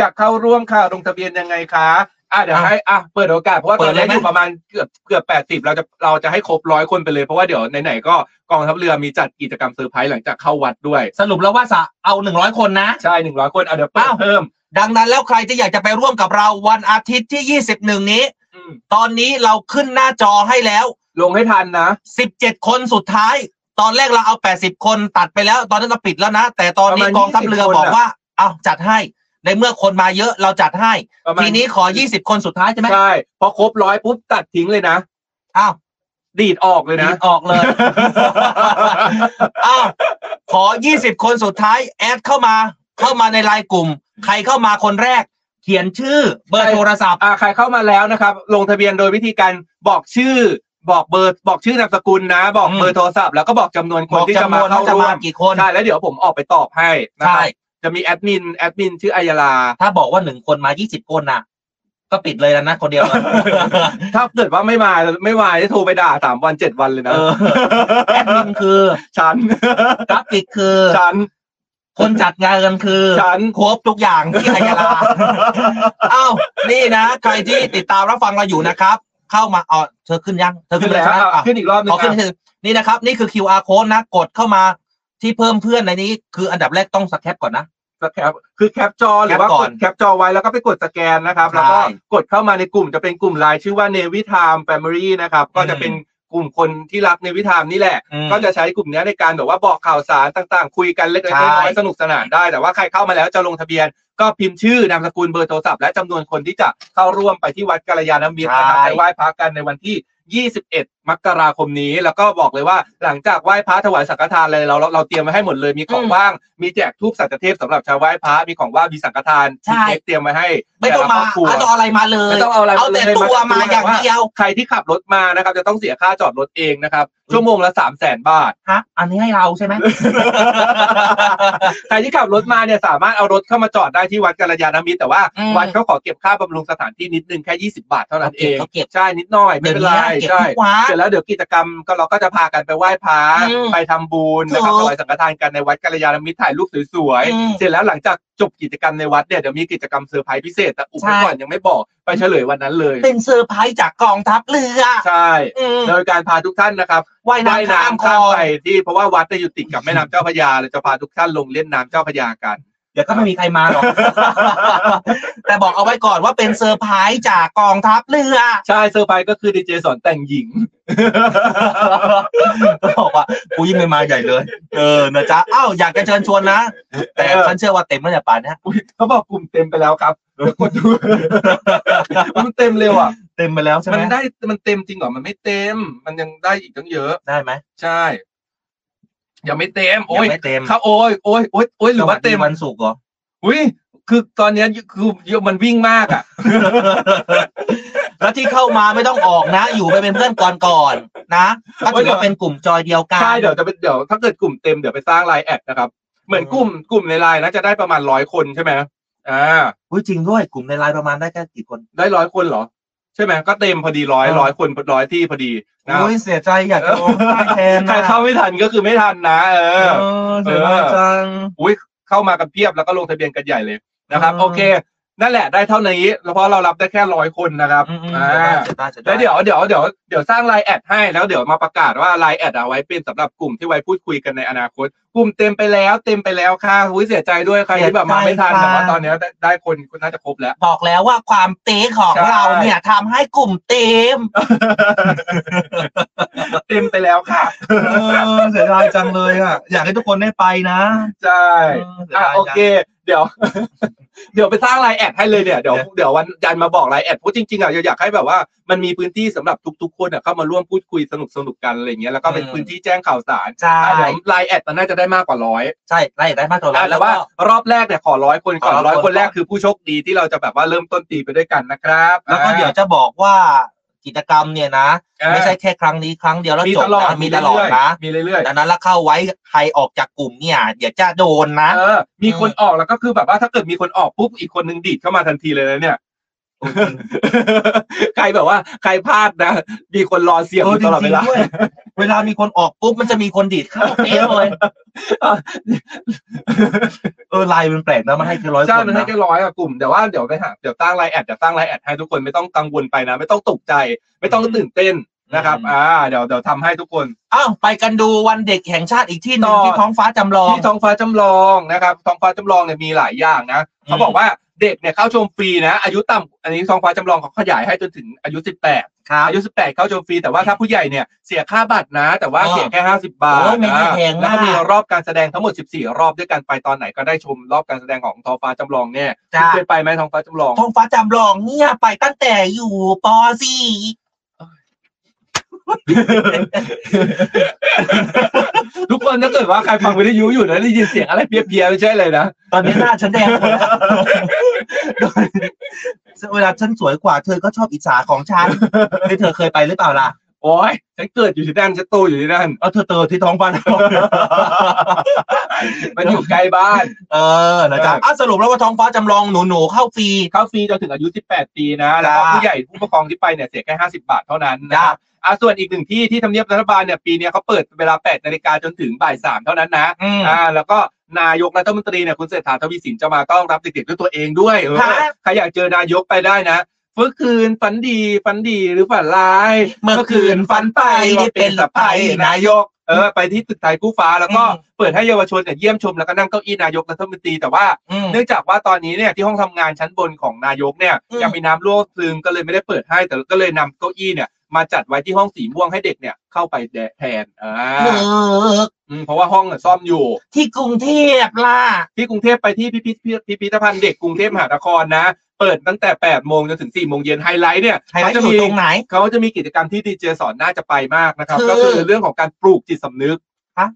S5: อยากเข้าร่วมค่ะลงทะเบียนยังไงคะอ่ะเดี๋ยวให้อ่ะเปิดโอกาสเพราะว่าต
S4: เปิ
S5: อ
S4: ด
S5: น
S4: เลย
S5: นี้
S4: ไหม
S5: อยู่ประมาณเกือบเกือบแปดสิบ80 เราจะเราจะให้ครบร้อยคนไปเลยเพราะว่าเดี๋ยวไหนๆก็กองทัพเรือมีจัดกิจกรรมเซอร์ไพรส์หลังจากเข้าวัดด้วย
S4: สรุปแล้วว่าจะเอาหนึ่งร้อยคนนะ
S5: ใช่หนึ่งร้อยคนเอาเดี๋ยวเปิดเพิ่ม
S4: ดังนั้นแล้วใครที่อยากจะไปร่วมกับเราวันอาทิตย์ที่ 21 นี้
S5: อืม
S4: ตอนนี้เราขึ้นหน้าจอให้แล้ว
S5: ลงให้ทันนะ
S4: 17 คนสุดท้าย ตอนแรกเราเอา 80 คนตัดไปแล้ว ตอนนั้นเราปิดแล้วนะ แต่ตอนนี้
S5: ประมาณ
S4: กองทัพเรือ
S5: 20
S4: บอก
S5: คนอะ
S4: ว่า เอาจัดให้ ในเมื่อคนมาเยอะเราจัดให้
S5: ประมาณ
S4: ทีนี้ขอ 20 คนสุดท้ายใช่ไหม
S5: ใช่พอครบร้อยปุ๊บตัดทิ้งเลยนะ
S4: อ้าว
S5: ดีดออกเลยนะ
S4: ดีดออกเลย อ้าวขอ 20 คนสุดท้าย แอดเข้ามา เข้ามาในไลน์กลุ่ม ใครเข้ามาคนแรก เขียนชื่อ เบอร์โทรศัพท์
S5: อ่าใครเข้ามาแล้วนะครับ ลงทะเบียนโดยวิธีการบอกชื่อ บอกเบอร์บอกชื่อนามสกุลนะ บอกเบอร์โทรศัพท์แล้วก็บอกจำนวนค
S4: บ
S5: น
S4: อก
S5: ที่จะ
S4: จำน
S5: มา
S4: วน
S5: เข้า
S4: ว่าจะ
S5: ร่ว
S4: มามกี่คน
S5: ใช่แล้วเดี๋ยวผมออกไปตอบให้นะค
S4: ใช่
S5: รับจะมีแอดมินแอดมินชื่ออายลา
S4: ถ้าบอกว่าหนึ่งคนมา 20 คนนะก็ปิดเลยแล้วนะ คนเดียวนะ
S5: ถ้าเกิดว่าไม่มาไม่มาจะโทรไปด่าสามวันเจ็ดวันเลยนะ
S4: เออ แอดมินคือ
S5: ฉัน
S4: กราฟิกคือ
S5: ฉัน
S4: คนจัดงานกันคือ
S5: ฉัน
S4: ครบทุกอย่างที่อัยยา ลา เอ้านี่นะ ใครที่ติดตามรับฟังเราอยู่นะครับ เข้ามาเอาเธอขึ้นยัง เธอขึ้
S5: ขึ้
S4: น
S5: น
S4: ไปแล้
S5: แล้ว ว
S4: ใช่ไหมอ่ะ
S5: ขึ้นอีกรอบหนึง
S4: ขอขึ้น
S5: อ่ะ
S4: คือนี่นะครับ นี่คือ QR code นะกดเข้ามาที่เพิ่มเพื่อนในนี้ คืออันดับแรกต้องสแคปก่อนนะ
S5: แคปคือแคปจอหรือว่า
S4: แคปก่
S5: ก
S4: อน
S5: ดแคปจอไว้แล้วก็ไปกดสแกนนะครับ
S4: ใช่
S5: แล้วก็กดเข้ามาในกลุ่มจะเป็นกลุ่มไลน์ชื่อว่า Navy Time Family นะครับ ก็จะเป็นกลุ่มคนที่รัก Navy Time นี่แหละ
S4: อืม
S5: ก็จะใช้กลุ่มเนี้ยในการแบบว่าบอกข่าวสารต่างๆ คุยกันเล็กๆน้อย
S4: ใช่
S5: ๆสนุกสนานได้ แต่ว่าใครเข้ามาแล้วจะลงทะเบียน ก็พิมพ์ชื่อนามสกุลเบอร์โทรศัพท์และจำนวนคนที่จะเข้าร่วมไปที่วัดกัลยาณมิตรนะครับ
S4: ใช่
S5: ไปไหว้พระกันในวันที่ 21 มกราคมนี้ แล้วก็บอกเลยว่าหลังจากไหว้พระถวายสังฆทานเลยเราเราเราเตรียมไว้ให้หมดเลยมีของ
S4: อืม
S5: ว่าง มีแจกทูปสัจเทพสำหรับชาวไหว้พระมีของว่างมีสังฆทาน
S4: ใช่
S5: มีเค้กเตรียมไว้ให้
S4: ไม่ต้องมา
S5: แต่ละครบครัว
S4: ไม่ต้องเอาอะไรมาเลย
S5: ไม่ต้องเอาอะไร
S4: เอาแต่
S5: เลย
S4: ตัว
S5: ให้
S4: มาอย่างเดียว
S5: ใครที่ขับรถมานะครับจะต้องเสียค่าจอดรถเองนะครับชั่วโมงละ3 0 0 0 0 0บาท
S4: ฮะ อันนี้ให้เราใช่ไหม
S5: ใครที่ขับรถมาเนี่ยสามารถเอารถเข้ามาจอดได้ที่วัดกัลยาณมิตรแต่ว่า
S4: อืม
S5: วัดเขาขอเก็บค่าบำรุงสถานที่นิดนึงแค่ 20 บาทเท่านั้นเอง
S4: เขาเก็บ
S5: ใช่นิดหน่อยไม่เป็นไร
S4: เดี๋ยวนี้
S5: ใช่
S4: เก็บทุกวัด
S5: เสร็จแล้วเดี๋ยวกิจกรรมก็เราก็จะพากันไปไหว้พระ
S4: อืม
S5: ไปทำบุญนะครับ
S4: ถู
S5: ถ
S4: ก
S5: วายสังฆทานกันในวัดกัลยาณมิตรถ่ายรูปสวย
S4: อืม
S5: ๆเสร็จแล้วหลังจากจบกิจกรรมในวัดเนี่ยเดี๋ยวมีกิจกรรมเซอร์ไพรส์พิเศษแต่อุบ
S4: ใช่
S5: ไว้ก่อนยังไม่บอกไปเฉลยวันนั้นเลย
S4: เป็นเซอร์ไพรส์จากกองทัพเรือ
S5: ใช่
S4: อืม
S5: โดยการพาทุกท่านนะครับ
S4: ว่ายน้ำข้ามคล
S5: ข้า
S4: อ
S5: ม
S4: ง
S5: ไปที่เพราะว่าวัดจะอยู่ติดกับแม่น้ำเจ้าพระยาเลยจะพาทุกท่านลงเล่นน้ำเจ้าพระยากัน
S4: เดี๋ยวก็ไม่มีใครมาหร อก แต่บอกเอาไว้ก่อนว่าเป็นเซอร์ไพรส์จากกองทัพเรือ
S5: ใช่เซอร์ไพรส์ก็คือดีเจสอนแต่งหญิง
S4: บอกว่ากูยิ่งไม่มาใหญ่เลย เออนะจ๊ะอ้าวอยากจะเชิญชวนนะ แต่
S5: เออ
S4: ฉันเชื่อว่าเต็มแล้วเนี่ยป่านเนี้ย
S5: อุ๊ยเขาบอกกลุ่มเต็มไปแล้ว ครับเดี๋ยวกดดู มันเต็มเร็วอ่ะ
S4: เต็มไปแล้วใช่ไหม
S5: มันได้มันเต็มจริงเหรอมันไม่เต็ม มันยังได้อีกตั้งเยอะ
S4: ได้ไหม
S5: ใช่ยังไม่เต็ม โอ้
S4: ยัง
S5: ย
S4: ไม่เต็ม
S5: ครับโอ้ยโอ้ยโอ้ยโอ้ยหรือว่าเต็ม
S4: สสดีวันศุกร์เหรอ
S5: อุ้ยคือตอนเนี้ยคือเยอะมันวิ่งมากอ่ะ
S4: แล้วที่เข้ามาไม่ต้องออกนะ อยู่ไปเป็นเพื่อนก่อนก่อนๆนะก็ถือว่าเป็นกลุ่มจอยเดียวกัน
S5: ใช่เดี๋ยวจะเป็นเดี๋ยวถ้าเกิดกลุ่มเต็มเดี๋ยวไปสร้างไลน์แอดนะครับ เหมือน
S4: อืม
S5: กลุ่มกลุ่มในไลน์นะจะได้ประมาณร้อยคนใช่ไหมอ่า
S4: อุ๊ยจริงด้วยกลุ่มในไลน์ประมาณได้แค่กี่คน
S5: ได้ร้อยคนเหรอ ใช่ไหมก็เต็มพอดีร้อย
S4: อ่า
S5: ร้อยคนร้อยที่พอดีนะ
S4: โอ้ยเสียใจอยาก
S5: เอ
S4: จะ
S5: อ
S4: ลงได้แทน
S5: ใคร
S4: นะ
S5: เข้าไม่ทันก็คือไม่ทันนะเอ
S4: เอ
S5: อ
S4: อเสียใจจัง
S5: อุ้ยเข้ามากันเพียบแล้วก็ลงทะเบียนกันใหญ่เลยนะครับ
S4: อ่า
S5: โอเค นั่นแหละได้เท่านี้แล้วเพราะเรารับได้แค่ร้อยคนนะครับ
S4: อืมอืม
S5: อ่า
S4: เสียใจเสียใจ
S5: แล้วเดี๋ยวเดี๋ยวเดี๋ยวเดี๋ยวสร้างไลน์แอดให้แล้วเดี๋ยวมาประกาศว่าไลน์แอดเอาไว้เป็นสำหรับกลุ่มที่ไว้พูดคุยกันในอนาคต กลุ่มเต็มไปแล้ว เต็มไปแล้วค่ะอุ้ยเสียใจด้วยใครที่แบบมาไม่ทันแต่ว่าตอนเนี้ยได้ได้คนคนน่าจะครบแล้ว
S4: บอกแล้วว่าความเต๊ของ
S5: ใช่
S4: เราเนี่ยทำให้กลุ่มเต็ม
S5: เต็มไปแล้วค่ะ
S4: เออเสียดายจังเลยอ่ะอยากให้ทุกคนได้ไปนะ
S5: ใช่
S4: เออเสีย
S5: อ่ะ
S4: ดายจัง
S5: โอเค เดี๋ยว เดี๋ยวไปสร้างไลน์แอดให้เลยเนี่ยเดี๋ยวเดี๋ยววันจันทร์มาบอกไลน์แอดเพราะจริงๆอ่ะอยากให้แบบว่ามันมีพื้นที่สำหรับทุกๆคนอ่ะเข้ามาร่วมพูดคุยสนุกสนุกๆกันอะไรเงี้ยแล้วก็เป็นพื้นที่แจ้งข่าวสาร
S4: ใช่
S5: อ่ะเดี๋ยวไลน์แอดมันน่าจะได้มากกว่าร้อย
S4: ใช่ไลน์ได้มากกว่าร้อยแล้
S5: แต่
S4: วก็
S5: ว่ารอบแรกเนี่ยขอร้อยคนก่อน
S4: ขอ100
S5: ร้อย
S4: คน
S5: คนแรก
S4: ก่อน
S5: คือผู้โชคดีที่เราจะแบบว่าเริ่มต้นปีไปด้วยกันนะครับ
S4: แล้วก็
S5: อ่า
S4: เดี๋ยวจะบอกว่ากิจกรรมเนี่ยนะ
S5: เออ
S4: ไม่ใช่แค่ครั้งนี้ครั้งเดียวแล้ว
S5: มี
S4: จบ
S5: ตลอด
S4: นะมีตลอดนะ
S5: มีเรื่อยๆ
S4: ดังนั้นแล้วเข้าไว้ใครออกจากกลุ่มเนี่ย เดี๋ยวจะโดนนะ
S5: เออมีคนออกแล้วก็คือแบบว่าถ้าเกิดมีคนออกปุ๊บอีกคนนึงดีดเข้ามาทันทีเลย นะเนี่ย ใครแบบว่า ใครพลาดนะ มีคนรอเสียบอยู่ตลอดเวลา
S4: เออจริงๆด้วย เวลามีคนออกปุ๊บมันจะมีคนดีดเข้าเป๊ะเลยเออไลน์มันแปลกนะมันให้แค่ร้อยคน
S5: ใช่มันให้
S4: นะ
S5: แค่ร้อยอะกลุ่มแต่ว่าเดี๋ยวไปหาเดี๋ยวตั้งไลน์แอดเดี๋ยวตั้งไลน์แอดให้ทุกคนไม่ต้องกังวลไปนะ ไม่ต้องตกใจ ไม่ต้องตื่นเต้นนะครับ อ่า เดี๋ยวเดี๋ยวทำให้ทุกคน
S4: อ้าวไปกันดูวันเด็กแห่งชาติอีกที่หนึ่ง
S5: ต่อ
S4: ที่ท้องฟ้าจำลอง
S5: ที่ท้องฟ้าจำลองนะครับ ท้องฟ้าจำลองเนี่ยมีหลายอย่างนะเขาบอกว่าเด็กเนี่ยเข้าชมฟรีนะ อายุต่ำอันนี้ท้องฟ้าจำลองเขาขยายให้จนถึงอายุ 18
S4: ครับ
S5: อายุ 18 เข้าชมฟรีแต่ว่าถ้าผู้ใหญ่เนี่ยเสียค่าบัตรนะ แต่ว่า
S4: อ๋อ
S5: เสียแค่ 50 บาท
S4: โอ้ไม่
S5: นะ
S4: ได้แพงมาก
S5: แล้วก็มีรอบการแสดงทั้งหมด 14 รอบด้วยกันไปตอนไหนก็ได้ชมรอบการแสดงของท้องฟ้าจำลองเนี่ยคุณเคยไปไหมท้องฟ้าจำลอง
S4: ท้องฟ้าจำลองเนี่ยไปตั้งแต่อยู่ป .4
S5: ทุกคนถ้าเกิดว่าใครฟังวิทยุอยู่นะได้ยินเสียงอะไรเพี้ยๆไม่ใช่เลยนะ
S4: ตอนนี้หน้าฉันแดงหมดแล้วเวลาฉันสวยกว่าเธอก็ชอบอิจฉาของฉันไม่เธอเคยไปหรือเปล่าล่ะ
S5: โอ้ยฉันเกิดอยู่ที่นั่นฉันโตอยู่ที่นั่น
S4: เอาเธอเติที่ท้องฟ้าจำลอง
S5: มันอยู่ไกลบ้าน
S4: เออนะจ๊ะอ่ะสรุปแล้วว่าท้องฟ้าจำลองหนูหนูๆเข้าฟรี
S5: เข้าฟรีจนถึงอายุ 18 ปีนะ แล้วก็
S4: จ้า
S5: ผู้ใหญ่ผู้ปกครองที่ไปเนี่ยเสียแค่ 50 บาทเท่านั้นนะ
S4: จ้า
S5: อ่ะส่วนอีกหนึ่งที่ที่ทำเนียบรัฐบาลเนี่ยปีเนี้ยเขาเปิดเวลา 8 นาฬิกาจนถึงบ่าย 3 เท่านั้นนะ
S4: อืม
S5: อ่าแล้วก็นายกรัฐมนตรีเนี่ยคุณเศรษฐาทวีสินจะมาต้อนรับเด็กๆด้วยตัวเองด้วยเออ
S4: ครับ
S5: ใครอยากเจอนายกไปได้นะเมื่อคืนฝันดีฝันดีหรือฝันร้าย
S4: เมื่อคืนฝันไปได้เป็นหรือไปนายก
S5: เออไปที่ตึกไทยคู่ฟ้าแล้วก็
S4: อืม
S5: เปิดให้เยาวชนเนี่ยเยี่ยมชมแล้วก็นั่งเก้าอี้นายกรัฐมนตรีแต่ว่า
S4: อืม
S5: เนื่องจากว่าตอนนี้เนี่ยที่ห้องทำงานชั้นบนของนายกเนี่ย
S4: อืม
S5: ยังมีน้ำรั่วซึมก็เลยไม่ได้เปิดให้แต่ก็เลยนำเก้าอี้เนี่ยมาจัดไว้ที่ห้องสีม่วงให้เด็กเนี่ยเข้าไปแทนอ่า
S4: เลิก
S5: อืมเพราะว่าห้องเนี่ยซ่อมอยู่
S4: ที่กรุงเทพล่ะ
S5: ที่กรุงเทพไปที่พิพิธพิพิธภัณฑ์เด็กกรุงเทพมหานครนะ เปิดตั้งแต่ 8 โมงจนถึง 4 โมงเย็นไฮไลท์เนี่ย
S4: ไฮไลท์
S5: เขาจะ
S4: อยู่
S5: มี
S4: ตรงไหน
S5: เขาจะมีกิจกรรมที่ดีเจสอนน่าจะไปมากนะครับ
S4: คือ
S5: ก็คือเรื่องของการปลูกจิตสำนึก
S4: ฮะ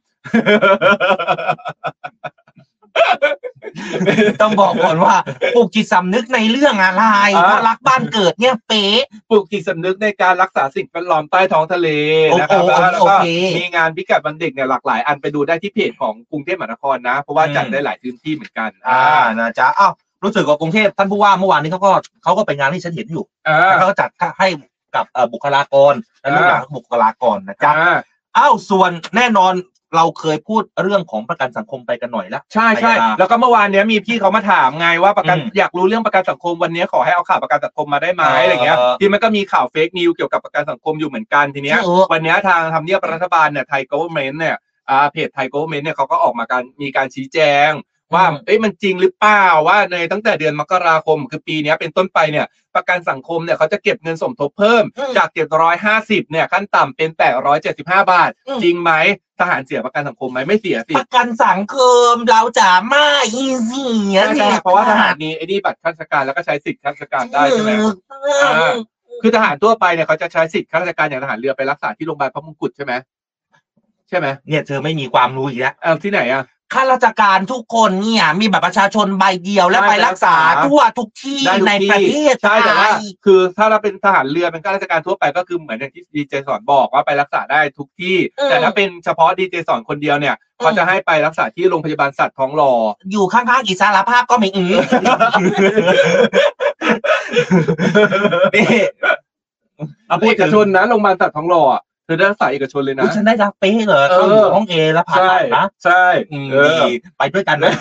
S4: ต้องบอกก่อนว่าปลูกจิตสำนึกในเรื่องอะไร
S5: อ่า
S4: เพราะรักบ้านเกิดเนี่ยเป๊ะ
S5: ปลูกจิตสำนึกในการรักษาสิ่งแวดล้อมใต้ท้องทะเล
S4: โอ้โห
S5: นะครับแล้วแล้ว
S4: โอ
S5: ก็
S4: เค
S5: มีงานพิกัดวันเด็กเนี่ยหลากหลายอันไปดูได้ที่เพจของกรุงเทพมหานครนะ เพราะว่า
S4: อืม
S5: จัดได้หลายพื้นที่เหมือนกัน
S4: อ่านะจ๊ะอ้าวรู้สึกว่ากรุงเทพท่านผู้ว่าเมื่อวานนี้เขาก็เขาก็ไปงานที่ฉันเห็นอยู่
S5: อ่า
S4: แล้วเขาก็จัดให้กับเอ่อบุคลากรและลูกหลานของบุคลากรนะจ๊ะ
S5: อ่า
S4: อ้าวส่วนแน่นอนเราเคยพูดเรื่องของประกันสังคมไปกันหน่อยละ
S5: ใช่ใช่
S4: ไปกัน
S5: แล้วก็เมื่อวานเนี้ยมีพี่เขามาถามไงว่าประกัน
S4: อืม
S5: อยากรู้เรื่องประกันสังคมวันเนี้ยขอให้เอาข่าวประกันสังคมมาได้ไหม
S4: เออ
S5: อะไรเงี้ย
S4: เออ
S5: ที่มันก็มีข่าวเฟกนิวเกี่ยวกับประกันสังคมอยู่เหมือนกันทีเนี้ย
S4: เออ
S5: วันเนี้ยทางทำเนียบรัฐบาลเนี่ยไทย government เนี่ยอ่าเพจไทย government เนี่ยเขาก็ออกมาการมีการชี้แจง ว่า
S4: อืม
S5: เอ้ยมันจริงหรือเปล่าว่าในตั้งแต่เดือนมกราคม คือปีเนี้ยเป็นต้นไปเนี่ยประกันสังคมเนี่ยเขาจะเก็บเงินสมทบเพิ่ม
S4: อืม
S5: จาก 750เนี่ยขั้นต่ำเป็น 875 บาท
S4: อืม
S5: จริงไหมทหารเสียประกันสังคมไหมไม่เสียสิ
S4: ประกันสังคมเราจะไม่เสีย
S5: ใช่ใช่
S4: นี่ย
S5: เพราะว่าทหารมีไอ้นี่บัตรข้าราชการแล้วก็ใช้สิทธิข้าราชการได้ใช่ไหม อ่า คือทหารทั่วไปเนี่ยเขาจะใช้สิทธิข้าราชการอย่างทหารเรือไปรักษาที่โรงพยาบาลพระมงกุฎใช่ไหมใช่ไหม
S4: เนี่ยเธอไม่มีความรู้อีกแล้ว
S5: เออที่ไหนอ่ะ
S4: ข้าราชการทุกคนเนี่ยมีบัตรประชาชนใบเดียวและ
S5: ได้
S4: ไปรักษา
S5: ไปรักษา
S4: ทั่วทุกที่
S5: ได้ทุก
S4: ในประเทศ
S5: ใช่แต่ว่า
S4: ไทย
S5: คือถ้าเราเป็นทหารเรือเป็นข้าราชการทั่วไปก็คือเหมือนอย่างที่ดีเจสอนบอกว่าไปรักษาได้ทุกที่
S4: เออ
S5: แต่ถ้าเป็นเฉพาะดีเจสอนคนเดียวเนี่ยเขา
S4: อืม
S5: จะให้ไปรักษาที่โรงพยาบาลสัตว์ท้องร อ
S4: อยู่ข้างๆอิสารภาพก็ไม่อือ นี่
S5: เอาเอกชนนะโรงพยาบาลสัตว์ท้องรออะเธอได้รักษาเอกชนเลย
S4: อุ๊
S5: นะ
S4: ยฉันได้รับเป๊ะเหรอ
S5: เอ
S4: เข้าอ
S5: อ
S4: ยู่ห้องเอแล้วผ่าน
S5: ใช่
S4: นะ
S5: ใช่
S4: อืม
S5: เออ
S4: ดีไปด้วยกันนะ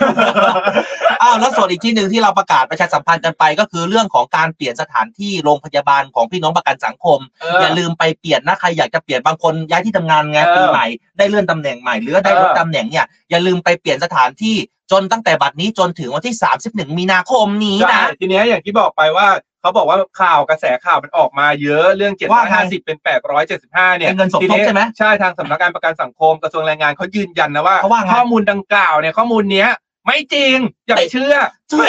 S4: อ้าวแล้วส่วนอีกที่หนึ่งที่เราประกาศประชาสัมพันธ์กันไป ก็คือเรื่องของการเปลี่ยนสถานที่โรงพยาบาลของพี่น้องประกันสังคม
S5: เออ
S4: อ
S5: อ
S4: ย่าลืมไปเปลี่ยนนะใครอยากจะเปลี่ยนบางคนย้ายที่ทำงานไง
S5: เออ
S4: ปีใหม่ได้เลื่อนตำแหน่งใหม่หรือได้ลด
S5: เออ
S4: ตำแหน่งเนี่ยอย่าลืมไปเปลี่ยนสถานที่จนตั้งแต่บัดนี้จนถึงวันที่ 31 มีนาคมนี้
S5: ใช่
S4: นะ
S5: ทีเนี้ยอย่างที่บอกไปว่าเขาบอกว่าข่าวกระแสข่าวมันออกมาเยอะเรื่อง
S4: ว่าไง
S5: 750 เป็น 875 เนี่ย
S4: เป็นเงินสมทบ
S5: ทีย
S4: ใช่ไหม
S5: ใช่ทางสำนักงานประกันสังคมกระทรวงแรงงานเขายืนยันนะว่า
S4: เขาว่าไง
S5: ข้อมูลดังกล่าวเนี่ยข้อมูลเนี้ย ไม่จริง อย่าไปเชื่อ
S4: ใช่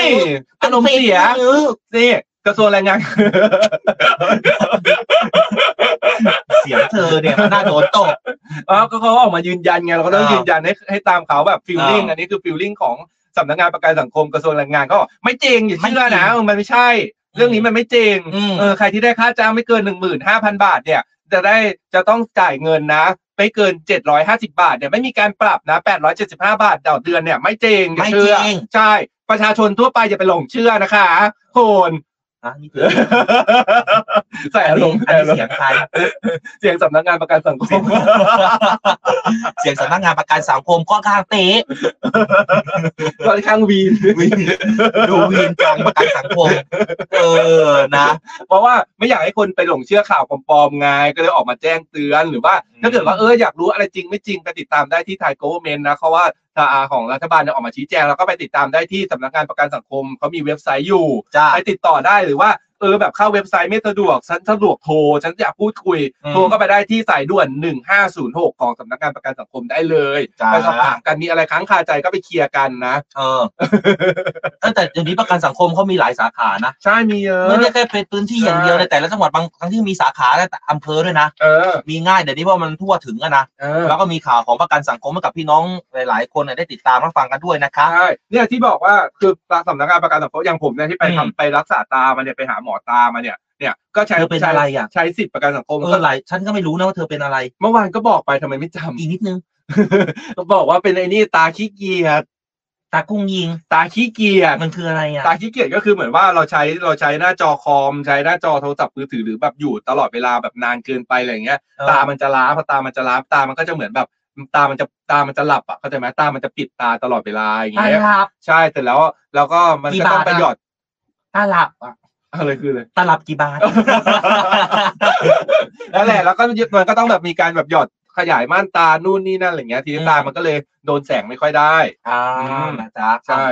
S5: อารมณ์เสีย
S4: เป็นเฟกนิวส์
S5: นี่กระทรวงแรงงาน
S4: เสียงเธอเนี่ยมันน่าโดนตก
S5: แล้วก็เขาออกมายืนยันไงเราก็ต้อง
S4: อ่ายื
S5: ยืนยันให้ให้ตามเขาแบบฟิลลิ่ง
S4: อ่า
S5: อันนี้คือฟิลลิ่งของสำนักงานประกันสังคมกระทรวงแรงงานก็บอกไม่จริงอย่าเชื่อนะมันไม่ใช่ เรื่องนี้มันไม่จริงเออใครที่ได้ค่าจ้างไม่เกินหนึ่งหมื่นห้าพันบาทเนี่ย จะได้จะต้องจ่ายเงินนะไม่เกิน 750 บาทเนี่ยไม่มีการปรับนะ 875 บาทต่อเดือนเนี่ยไม่จริงอย่าเชื่อ
S4: ไม่จริง
S5: ใช่ประชาชนทั่วไปอย่าไปหลงเชื่อนะคะ คนใส่อารมณ์
S4: อันนี้เสียงใคร
S5: เสียงสำนักงานประกันสังคม
S4: เสียงสำนักงานประกันสังคมค่อนข้างเป๊ะ
S5: ค่อนข้างวีน
S4: ดูวีนจังประกันสังคม เออนะ
S5: เพราะว่าไม่อยากให้คนไปหลงเชื่อข่าวปลอมๆไงก็เลยออกมาแจ้งเตือนหรือว่า ถ้าเกิดว่าเอออยากรู้อะไรจริงไม่จริงไปติดตามได้ที่ไทยโกเมนนะเขาว่าทาของรัฐบาลเนี่ยออกมาชี้แจงแล้วก็ไปติดตามได้ที่สำนักงานประกันสังคมเขามีเว็บไซต์อยู่ไปติดต่อได้หรือว่าเออแบบเข้าเว็บไซต์ไม่สะดวกฉันสะดวกโทรฉันอยากพูดคุย
S4: อืม
S5: โทรก็ไปได้ที่สายด่วน 1506 ของสำนักงานประกันสังคมได้เลย
S4: จ้า
S5: ไปสอบถามกันมีอะไรค้างคาใจก็ไปเคลียร์กันนะ
S4: เออเออแต่เดี๋ยวนี้ประกันสังคมเขามีหลายสาขานะ
S5: ใช่มีเยอะ
S4: ไม่ได้แค่เป็นพื้นที่อย่างเดียวในแต่ละจังหวัดบางทั้งที่มีสาขาและอำเภอด้วยนะมีง่ายเดี๋ยวนี้ว่ามันทั่วถึงอะนะแล้วก็มีข่าวของประกันสังคมให้กับพี่น้องหลาย ๆ คนเนี่ยได้ติดตามรับฟังกันด้วยนะคะ
S5: ใช่เนี่ยที่บอกว่าคือสำนักงานประกันสังคมอย่างผมเนี่ยที่ไปทำไปรักษาตามาเนี่ยไปหาหมอตามาเนี่ยเนี่ยก็ใช้
S4: เธอเป็นอะไรอ่ะ
S5: ใช้สิทธิประกันสังคม
S4: เออหลายฉันก็ไม่รู้นะว่าเธอเป็นอะไร
S5: เมื่อวานก็บอกไปทำไมไม่จำ
S4: อีกนิดนึง
S5: บอกว่าเป็นไอ้นี่ตาขี้เกียจ
S4: ตากุ้งยิง
S5: ตาขี้เกียจ
S4: มันคืออะไรอ่ะ
S5: ตาขี้เกียจก็คือเหมือนว่าเราใช้เราใช้หน้าจอคอมใช้หน้าจอโทรศัพท์มือถือหรือแบบอยู่ตลอดเวลาแบบนานเกินไปอะไรอย่างเงี้ย
S4: เออ
S5: ตามันจะล้าพอตามันจะล้าตามันก็จะเหมือนแบบตามันจะตามันจะหลับอ่ะเข้าใจไหมตามันจะปิดตาตลอดเวลาอย่าง
S4: ตา
S5: เงี้ย
S4: หลับ
S5: ใช่แต่แล้วแล้วก็มัน
S4: กี่
S5: ก็
S4: บาท
S5: ต้องไป
S4: อะ
S5: หยอด
S4: ตาหลับอ่ะ
S5: อะไรคืออะไร
S4: ตาหลับกี่บา ท
S5: นั่นแหละแล้วก็มันก็ต้องแบบมีการแบบหยอดขยายม่านตานู่นนี่นั่นอะไรเงี้ยทีนี้ตามันก็เลยโดนแสงไม่ค่อยได้
S4: อ่า
S5: อืม
S4: นะจ๊ะ
S5: ใช่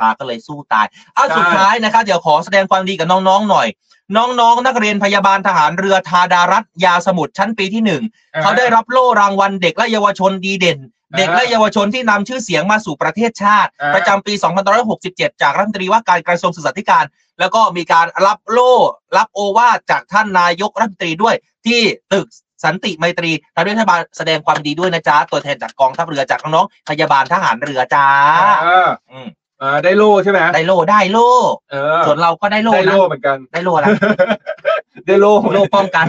S4: ตาก็เลยสู้ตายอ้าว
S5: ใช่
S4: สุดท้ายนะครับเดี๋ยวขอแสดงความดีกับน้องๆหน่อย น้องๆนักเรียนพยาบาลทหารเรือทาดารัฐยาสมุทรชั้นปีที่หนึ่งเขาได้รับโล่รางวัลเด็กและเยาวชนดีเด่น เด็กและเยาวชนที่นำชื่อเสียงมาสู่ประเทศชาติ
S5: อ่า
S4: ประจำปี2567 จากรัฐมนตรีว่าการกระทรวงศึกษาธิการ แล้วก็มีการรับโล่ รับโอวาทจากท่านนายกรัฐมนตรีด้วย ที่ตึกสันติไมตรีทางรัฐบาลแสดงความดีด้วยนะจ๊ะตัวแทนจากกองทัพเรือจากน้องๆพยาบาลทหารเรือจ้า
S5: เออ
S4: อืม
S5: เออได้โล่ใช่ไหม
S4: ได้โล่ได้โล่
S5: เออ
S4: ส่วนเราก็ได้โล่
S5: ได้
S4: นะ
S5: โล่เหมือนกัน
S4: ได้โล่อะไร
S5: ได้โล่
S4: โล่ป้องกัน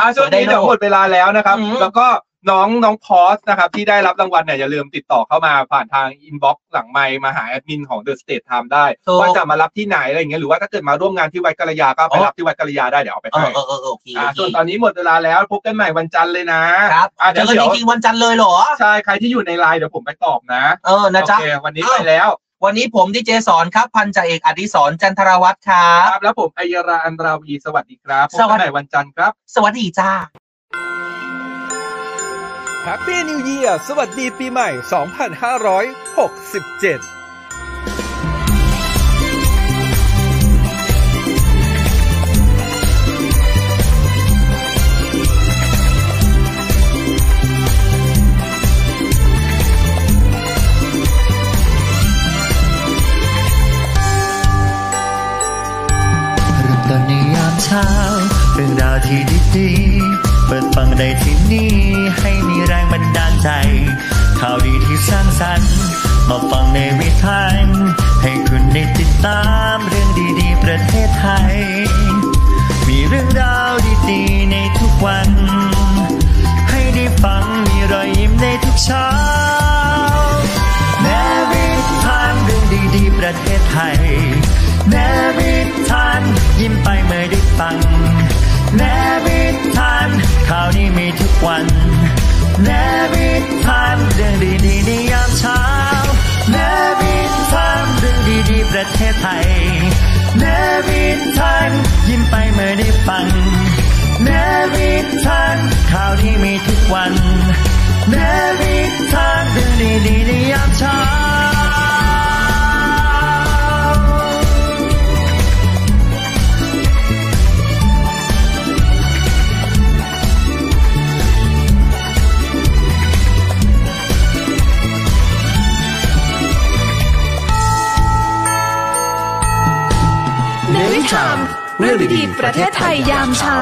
S5: อ่ะช่วงนี้เดี๋ยวหมดเวลาแล้วนะครับ
S4: อืม
S5: แล้วก็น้องน้องพอสนะครับ ที่ได้รับรางวัลเนี่ยอย่าลืมติดต่อเข้ามาผ่านทางอินบ็อกซ์หลังไมค์มาหาแอดมินของ The State Time ได้
S4: ถูก
S5: ว่าจะมารับที่ไหนอะไรอย่างเงี้ยหรือว่าถ้าเกิดมาร่วมงานที่วัดกัลยาก็ไปรับที่วัดกัลยาได้เดี๋ยวเอาไป
S4: เอ
S5: ให้
S4: อเออเออโอเค
S5: อ่ะ
S4: โอเค
S5: ส่วนตอนนี้หมดเวลาแล้วพบกันใหม่วันจันทร์เลยนะครับ อ่ะ
S4: เจ
S5: เดี๋
S4: อกัน
S5: ยวเดี๋ยว
S4: จริงๆวันจันทร์เลยเหรอ
S5: ใช่ใครที่อยู่ในไลน์เดี๋ยวผมไปตอบนะ
S4: เออนะจ๊ะ
S5: โอเควันนี้ไปแล้ว
S4: วันนี้ผมดีเจสอนครับ พันจ่าเอกอดิศรจันทรวัตรครั
S5: ค
S4: บ
S5: รับแล้วผมอัยราอันราวีสวัสดีครับพบ
S4: สวัส
S5: กัน
S4: ดี
S5: ใหม่วันจันทร์ครับ
S4: สวัสดีจ้า
S1: แฮปปี้นิวเยียสวัสดีปีใหม่ 2567
S2: เริ่มต้นในยามเช้า เรื่องราวที่ดีๆ เปิดฟังได้ที่นี่ ให้มีแรงบันดาลใจ ข่าวดีที่สร้างสรรค์ มาฟังในวิถีให้คุณได้ติดตามเรื่องดีๆ ประเทศไทย มีเรื่องราวดีๆ ในทุกวัน ให้ได้ฟังมีรอยยิ้มในทุกเช้า แนวิทานเรื่องดีๆ ประเทศไทย แนวิทานยิ้มไปเมื่อได้ฟัง แนวิทานข่าวนี้มีทุกวัน แนวิทานเรื่องดีๆในยามเช้า แนวิทานเรื่องดีๆ ประเทศไทย แนวิทานยิ้มไปเมื่อได้ฟัง แนวิทานข่าวนี้มีทุกวัน แนวิทานเรื่องดีๆในยามเช้า
S6: เ
S7: Time เรื่องดีๆประเทศไทยยามเช้า